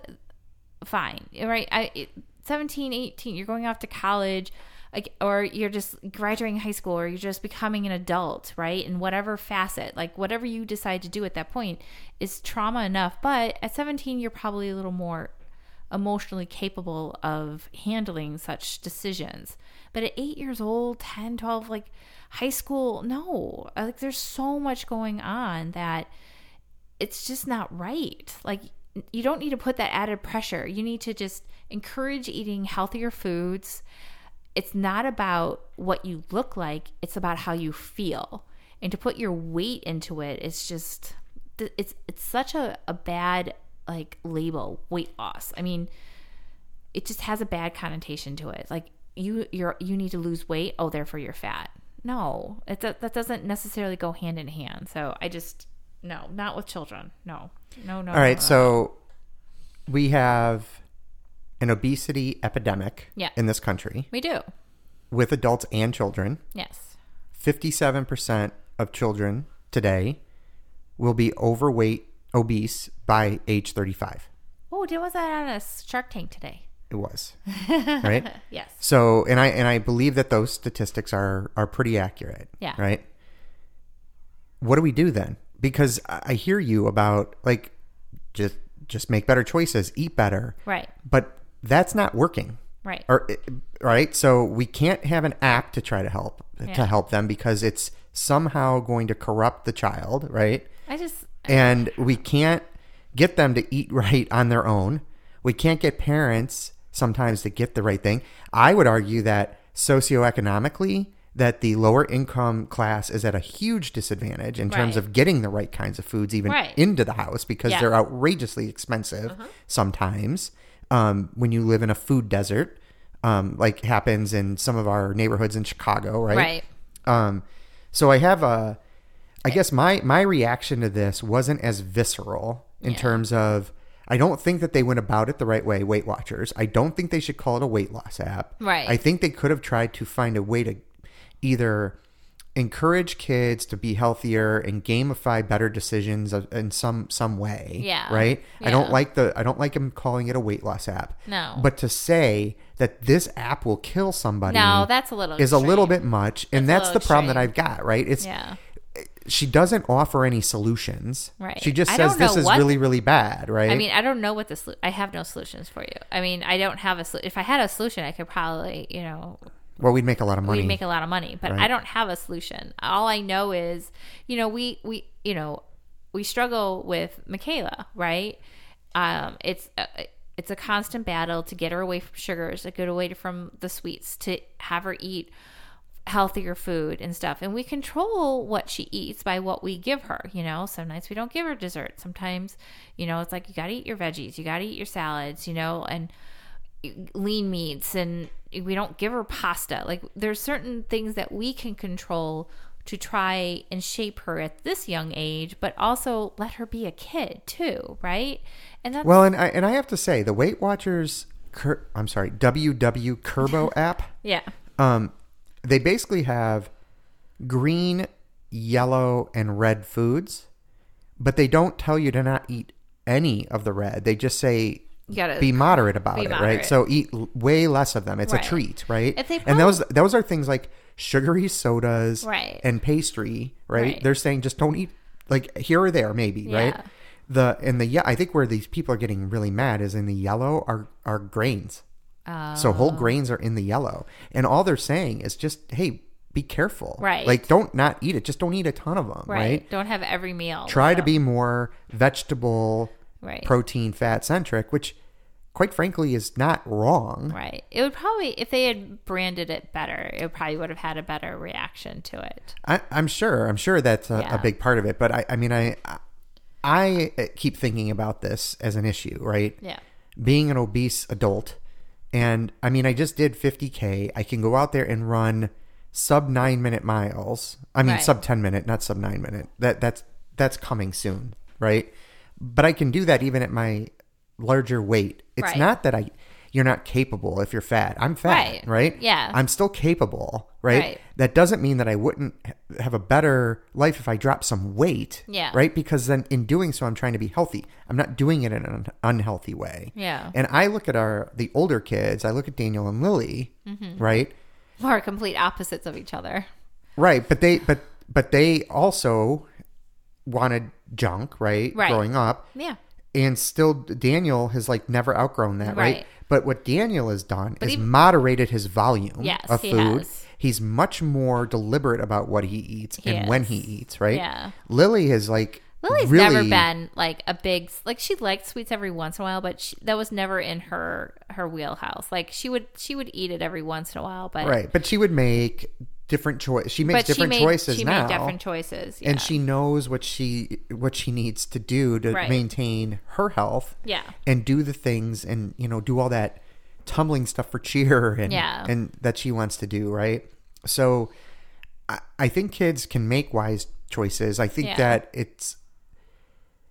Speaker 3: fine right I, it, 17 18 you're going off to college like, or you're just graduating high school or you're just becoming an adult right in whatever facet like whatever you decide to do at that point is trauma enough but at 17 you're probably a little more emotionally capable of handling such decisions but at 8 years old 10 12 like high school no like there's so much going on that it's just not right. Like you don't need to put that added pressure. You need to just encourage eating healthier foods. It's not about what you look like, it's about how you feel. And to put your weight into it, it's just th- it's it's such a, a bad like label, weight loss. I mean, it just has a bad connotation to it. Like you you're you need to lose weight, oh therefore you're fat. No, it do- that doesn't necessarily go hand in hand. So I just no, not with children. No, no, no.
Speaker 1: All right, so we have an obesity epidemic
Speaker 3: Yeah.
Speaker 1: in this country
Speaker 3: we do.
Speaker 1: with adults and children.
Speaker 3: Yes,
Speaker 1: 57% of children today will be overweight, obese by age 35.
Speaker 3: Oh, did was that on a Shark Tank today?
Speaker 1: It was. right?
Speaker 3: Yes.
Speaker 1: So, and I and I believe that those statistics are are pretty accurate.
Speaker 3: Yeah.
Speaker 1: Right? What do we do then? Because I I hear you about like just just make better choices, eat better.
Speaker 3: Right.
Speaker 1: But that's not working.
Speaker 3: Right.
Speaker 1: or eh, right so we can't have an app to try to help to help them because it's somehow going to corrupt the child right
Speaker 3: I just
Speaker 1: and we can't get them to eat right on their own We can't get parents sometimes to get the right thing. I would argue that socioeconomically, that the lower income class is at a huge disadvantage in terms
Speaker 3: Right.
Speaker 1: of getting the right kinds of foods even
Speaker 3: Right.
Speaker 1: into the house because
Speaker 3: Yeah. Uh-huh.
Speaker 1: they're outrageously expensive sometimes um, when you live in a food desert um, like happens in some of our neighborhoods in chicago right
Speaker 3: Right.
Speaker 1: um, so I have a, I guess my my reaction to this wasn't as visceral in terms of I don't think that they went about it the right way. Weight Watchers, I don't think they should call it a weight loss app.
Speaker 3: Right.
Speaker 1: I think they could have tried to find a way to either encourage kids to be healthier and gamify better decisions of- in some some way.
Speaker 3: Yeah.
Speaker 1: Right. I don't
Speaker 3: Yeah.
Speaker 1: like the I don't like them calling it a weight loss app.
Speaker 3: No.
Speaker 1: But to say that this app will kill somebody
Speaker 3: No, that's a little
Speaker 1: is a little
Speaker 3: extreme.
Speaker 1: bit much and that's,
Speaker 3: That's a
Speaker 1: the
Speaker 3: little
Speaker 1: problem that
Speaker 3: extreme.
Speaker 1: i've got right it's
Speaker 3: Yeah.
Speaker 1: she doesn't offer any solutions
Speaker 3: Right.
Speaker 1: she just
Speaker 3: I
Speaker 1: says
Speaker 3: don't know
Speaker 1: this is
Speaker 3: what-
Speaker 1: really really bad right
Speaker 3: I mean, I don't know what the solu- I have no solutions for you. I mean, I don't have a solution. If I had a solution, I could probably, you know,
Speaker 1: well we'd make a lot of money
Speaker 3: we make a lot of money, but I
Speaker 1: Right.
Speaker 3: don't have a solution. All I know is, you know, we we you know, we struggle with Michaela, right? Um, it's a, it's a constant battle to get her away from sugars, to get away from the sweets, to have her eat healthier food and stuff. And we control what she eats by what we give her. You know, some nights we don't give her dessert. Sometimes, you know, it's like you got to eat your veggies, you got to eat your salads, you know, and lean meats and we don't give her pasta. Like there's certain things that we can control to try and shape her at this young age, but also let her be a kid too, right? And that's
Speaker 1: well and I, and I have to say the weight watchers cur- i'm sorry ww curbo app
Speaker 3: yeah.
Speaker 1: um, they basically have green, yellow, and red foods, but they don't tell you to not eat any of the red. They just say
Speaker 3: You gotta
Speaker 1: be moderate about
Speaker 3: be
Speaker 1: it,
Speaker 3: moderate.
Speaker 1: right? So eat l- way less of them. It's
Speaker 3: Right.
Speaker 1: a treat, right?
Speaker 3: If they
Speaker 1: and those those are things like sugary sodas,
Speaker 3: Right.
Speaker 1: and pastry, right?
Speaker 3: Right.
Speaker 1: They're saying just don't eat like here or there, maybe,
Speaker 3: Yeah.
Speaker 1: right? The and the yeah, I think where these people are getting really mad is in the yellow are are grains. So whole
Speaker 3: Oh.
Speaker 1: grains are in the yellow, and all they're saying is just, "Hey, be careful.
Speaker 3: Right.
Speaker 1: Like, don't not eat it. Just don't eat a ton of them. Right.
Speaker 3: Right. Don't have every meal.
Speaker 1: Try to be more vegetable,
Speaker 3: right.
Speaker 1: protein, fat centric, which, quite frankly, is not wrong.
Speaker 3: right. It would probably if they had branded it better, it probably would have had a better reaction to it.
Speaker 1: I, I'm sure. I'm sure that's a,
Speaker 3: Yeah.
Speaker 1: a big part of it. But I, I mean, I, I keep thinking about this as an issue, right?
Speaker 3: Yeah.
Speaker 1: being an obese adult and i mean i just did 50k i can go out there and run sub 9 minute miles i mean
Speaker 3: Right.
Speaker 1: sub 10 minute not sub 9 minute that that's that's coming soon right but i can do that even at my larger weight it's
Speaker 3: Right.
Speaker 1: not that i you're not capable if you're fat i'm fat
Speaker 3: Right.
Speaker 1: right,
Speaker 3: Yeah.
Speaker 1: i'm still capable right?
Speaker 3: Right.
Speaker 1: that doesn't mean that i wouldn't ha- have a better life if i drop some weight
Speaker 3: Yeah.
Speaker 1: right because then in doing so i'm trying to be healthy i'm not doing it in an unhealthy way
Speaker 3: Yeah.
Speaker 1: and I look at our the older kids. I look at Daniel and Lily,
Speaker 3: Mm-hmm.
Speaker 1: right?
Speaker 3: Or complete opposites of each other.
Speaker 1: Right, but they but but they also wanted junk, right?
Speaker 3: Right.
Speaker 1: Growing up,
Speaker 3: Yeah.
Speaker 1: and still Daniel has like never outgrown that, right?
Speaker 3: Right.
Speaker 1: But what Daniel has done is
Speaker 3: he-
Speaker 1: moderated his volume
Speaker 3: Yes,
Speaker 1: of
Speaker 3: he
Speaker 1: food.
Speaker 3: has.
Speaker 1: He's much more deliberate about what he eats
Speaker 3: He
Speaker 1: and when
Speaker 3: is.
Speaker 1: he eats, right?
Speaker 3: Yeah.
Speaker 1: Lily is like
Speaker 3: Lily's
Speaker 1: really,
Speaker 3: never been like a big like she liked sweets every once in a while, but she, that was never in her her wheelhouse. Like she would she would eat it every once in a while, but
Speaker 1: right, but she would make different choice. She makes
Speaker 3: but
Speaker 1: different
Speaker 3: she made
Speaker 1: choices
Speaker 3: she
Speaker 1: now.
Speaker 3: made different choices. Yeah.
Speaker 1: and she knows what she what she needs to do to
Speaker 3: Right.
Speaker 1: maintain her health
Speaker 3: Yeah.
Speaker 1: and do the things and you know do all that tumbling stuff for cheer and
Speaker 3: Yeah.
Speaker 1: and that she wants to do right so i, I think kids can make wise choices i think
Speaker 3: Yeah.
Speaker 1: that it's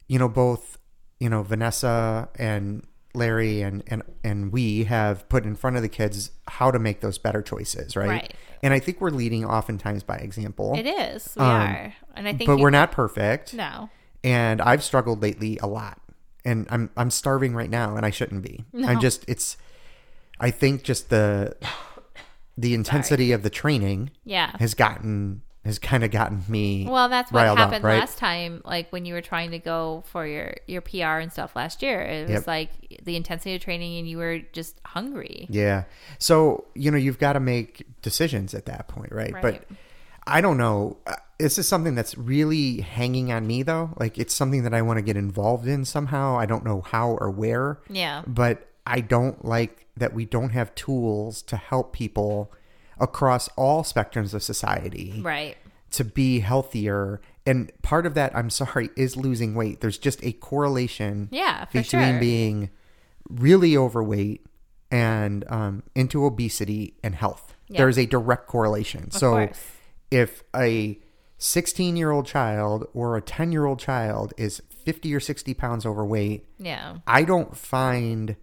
Speaker 1: you know both you know vanessa and larry and and and we have put in front of the kids how to make those better choices right,
Speaker 3: Right.
Speaker 1: and i think we're leading oftentimes by example
Speaker 3: it is we are, and I think
Speaker 1: um, but
Speaker 3: you-
Speaker 1: we're not perfect
Speaker 3: no
Speaker 1: and i've struggled lately a lot and i'm i'm starving right now and i shouldn't be i'm just it's i think just the the intensity of the training
Speaker 3: yeah.
Speaker 1: has gotten has kind of gotten me
Speaker 3: Well, that's what
Speaker 1: riled up,
Speaker 3: happened
Speaker 1: right?
Speaker 3: last time, like when you were trying to go for your your PR and stuff last year. It was
Speaker 1: Yep.
Speaker 3: like the intensity of training, and you were just hungry.
Speaker 1: yeah so you know you've got to make decisions at that point right, but
Speaker 3: Right.
Speaker 1: I don't know. Uh, This is something that's really hanging on me, though. Like, it's something that I want to get involved in somehow. I don't know how or where.
Speaker 3: Yeah.
Speaker 1: But I don't like that we don't have tools to help people across all spectrums of society
Speaker 3: Right.
Speaker 1: to be healthier. And part of that, I'm sorry, is losing weight. There's just a correlation
Speaker 3: Yeah, for
Speaker 1: between
Speaker 3: sure.
Speaker 1: being really overweight and um, into obesity and health.
Speaker 3: Yeah.
Speaker 1: There is a direct correlation. so
Speaker 3: course.
Speaker 1: if a 16 year old child or a 10 year old child is 50 or 60 pounds overweight,
Speaker 3: Yeah.
Speaker 1: I don't find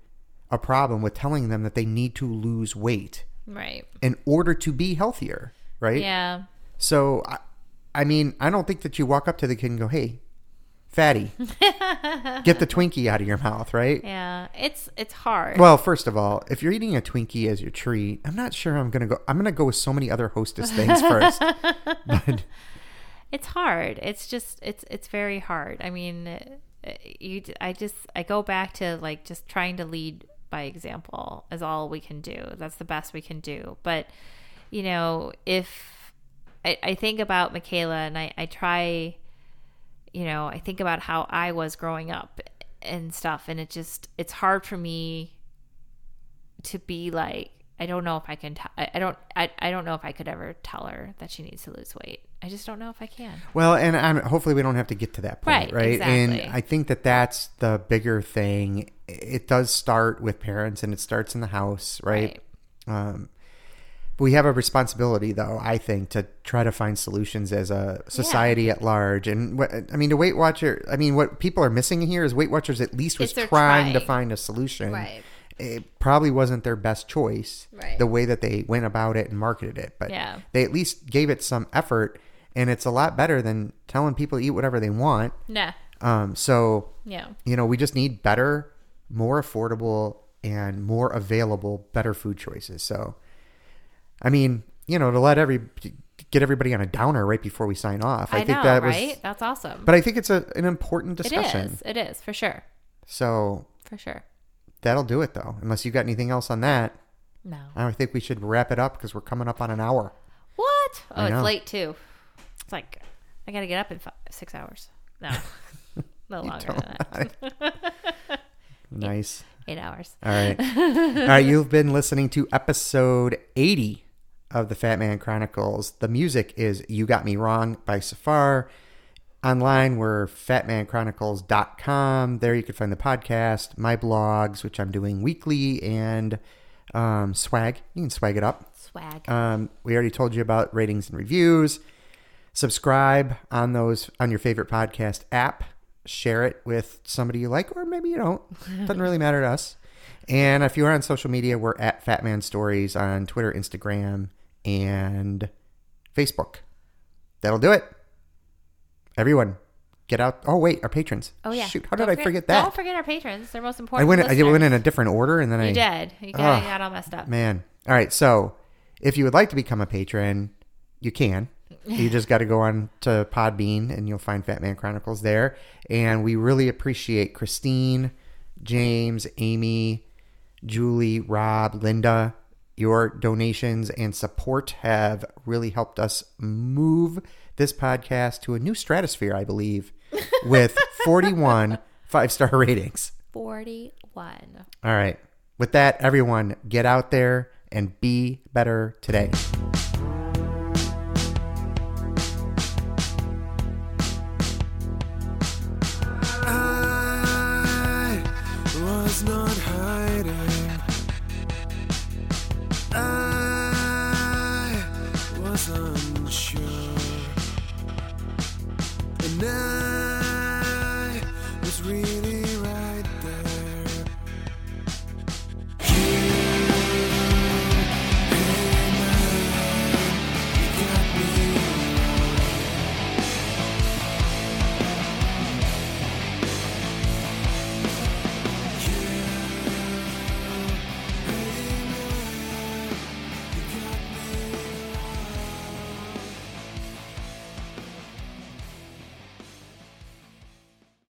Speaker 1: a problem with telling them that they need to lose weight
Speaker 3: Right.
Speaker 1: in order to be healthier, right?
Speaker 3: Yeah.
Speaker 1: So, I, I mean, I don't think that you walk up to the kid and go, "Hey, fatty, get the Twinkie out of your mouth," right?
Speaker 3: Yeah. It's it's hard.
Speaker 1: Well, first of all, if you're eating a Twinkie as your treat, I'm not sure I'm gonna go. I'm gonna go with so many other Hostess things first. but
Speaker 3: it's hard it's just it's it's very hard i mean uh, you d- i just i go back to like just trying to lead by example is all we can do that's the best we can do but you know if i, I think about michaela and I, I try you know i think about how i was growing up and stuff and it just it's hard for me to be like I don't know if I can t- I I don't I, I don't know if I could ever tell her that she needs to lose weight. I just don't know if I can.
Speaker 1: well, and I'm, hopefully we don't have to get to that point, right?
Speaker 3: Right,
Speaker 1: And
Speaker 3: exactly.
Speaker 1: I think that that's the bigger thing. It does start with parents, and it starts in the house, right? Um, we have a responsibility, though, I think, to try to find solutions as a society at large. And what, I mean, the Weight Watcher, I mean, what people are missing here is Weight Watchers at least was
Speaker 3: It's their
Speaker 1: trying, to
Speaker 3: try.
Speaker 1: find a solution.
Speaker 3: Right.
Speaker 1: It probably wasn't their best choice,
Speaker 3: Right.
Speaker 1: the way that they went about it and marketed it. But
Speaker 3: Yeah.
Speaker 1: they at least gave it some effort. And it's a lot better than telling people to eat whatever they want.
Speaker 3: Nah.
Speaker 1: Um, so
Speaker 3: Yeah.
Speaker 1: you know, we just need better, more affordable, and more available, better food choices. So, I mean, you know, to let every get everybody on a downer right before we sign off, I,
Speaker 3: I,
Speaker 1: think
Speaker 3: know,
Speaker 1: that was.
Speaker 3: right? That's awesome.
Speaker 1: But I think it's a, an important
Speaker 3: it
Speaker 1: discussion.
Speaker 3: is. It is for sure.
Speaker 1: So
Speaker 3: For sure.
Speaker 1: that'll do it, though. Unless you got anything else on that,
Speaker 3: No.
Speaker 1: I think we should wrap it up because we're coming up on an hour.
Speaker 3: What? Oh,
Speaker 1: I know.
Speaker 3: it's late too. It's like I gotta get up in five, six hours. No. no longer than that.
Speaker 1: Nice.
Speaker 3: Eight hours.
Speaker 1: All right. All right. You've been listening to episode 80 of the Fat Man Chronicles. The music is You Got Me Wrong by Safar. Online, we're fatmanchronicles.com. There you can find the podcast, my blogs, which I'm doing weekly, and um, swag. You can swag it up.
Speaker 3: Swag.
Speaker 1: Um, we already told you about ratings and reviews. Subscribe on those on your favorite podcast app. Share it with somebody you like, or maybe you don't. Doesn't really matter to us. And if you are on social media, we're at Fat Man Stories on Twitter, Instagram, and Facebook. That'll do it. Everyone, get out. Oh wait, our patrons.
Speaker 3: oh yeah.
Speaker 1: Shoot, how did
Speaker 3: Don't
Speaker 1: I forget, that?
Speaker 3: Don't forget our patrons. They're most
Speaker 1: I
Speaker 3: important.
Speaker 1: went. I went
Speaker 3: listeners.
Speaker 1: in a different order, and then I
Speaker 3: You did. You kinda
Speaker 1: Ugh.
Speaker 3: got all messed up.
Speaker 1: Man. All right. So if you would like to become a patron, you can. You just got to go on to Podbean and you'll find Fat Man Chronicles there. And we really appreciate Christine, James, Amy, Julie, Rob, Linda. Your donations and support have really helped us move this podcast to a new stratosphere, I believe, with 41 five star ratings.
Speaker 3: Forty one.
Speaker 1: All right. With that, everyone, get out there and be better today.
Speaker 2: I was not hiding. I was unsure. And I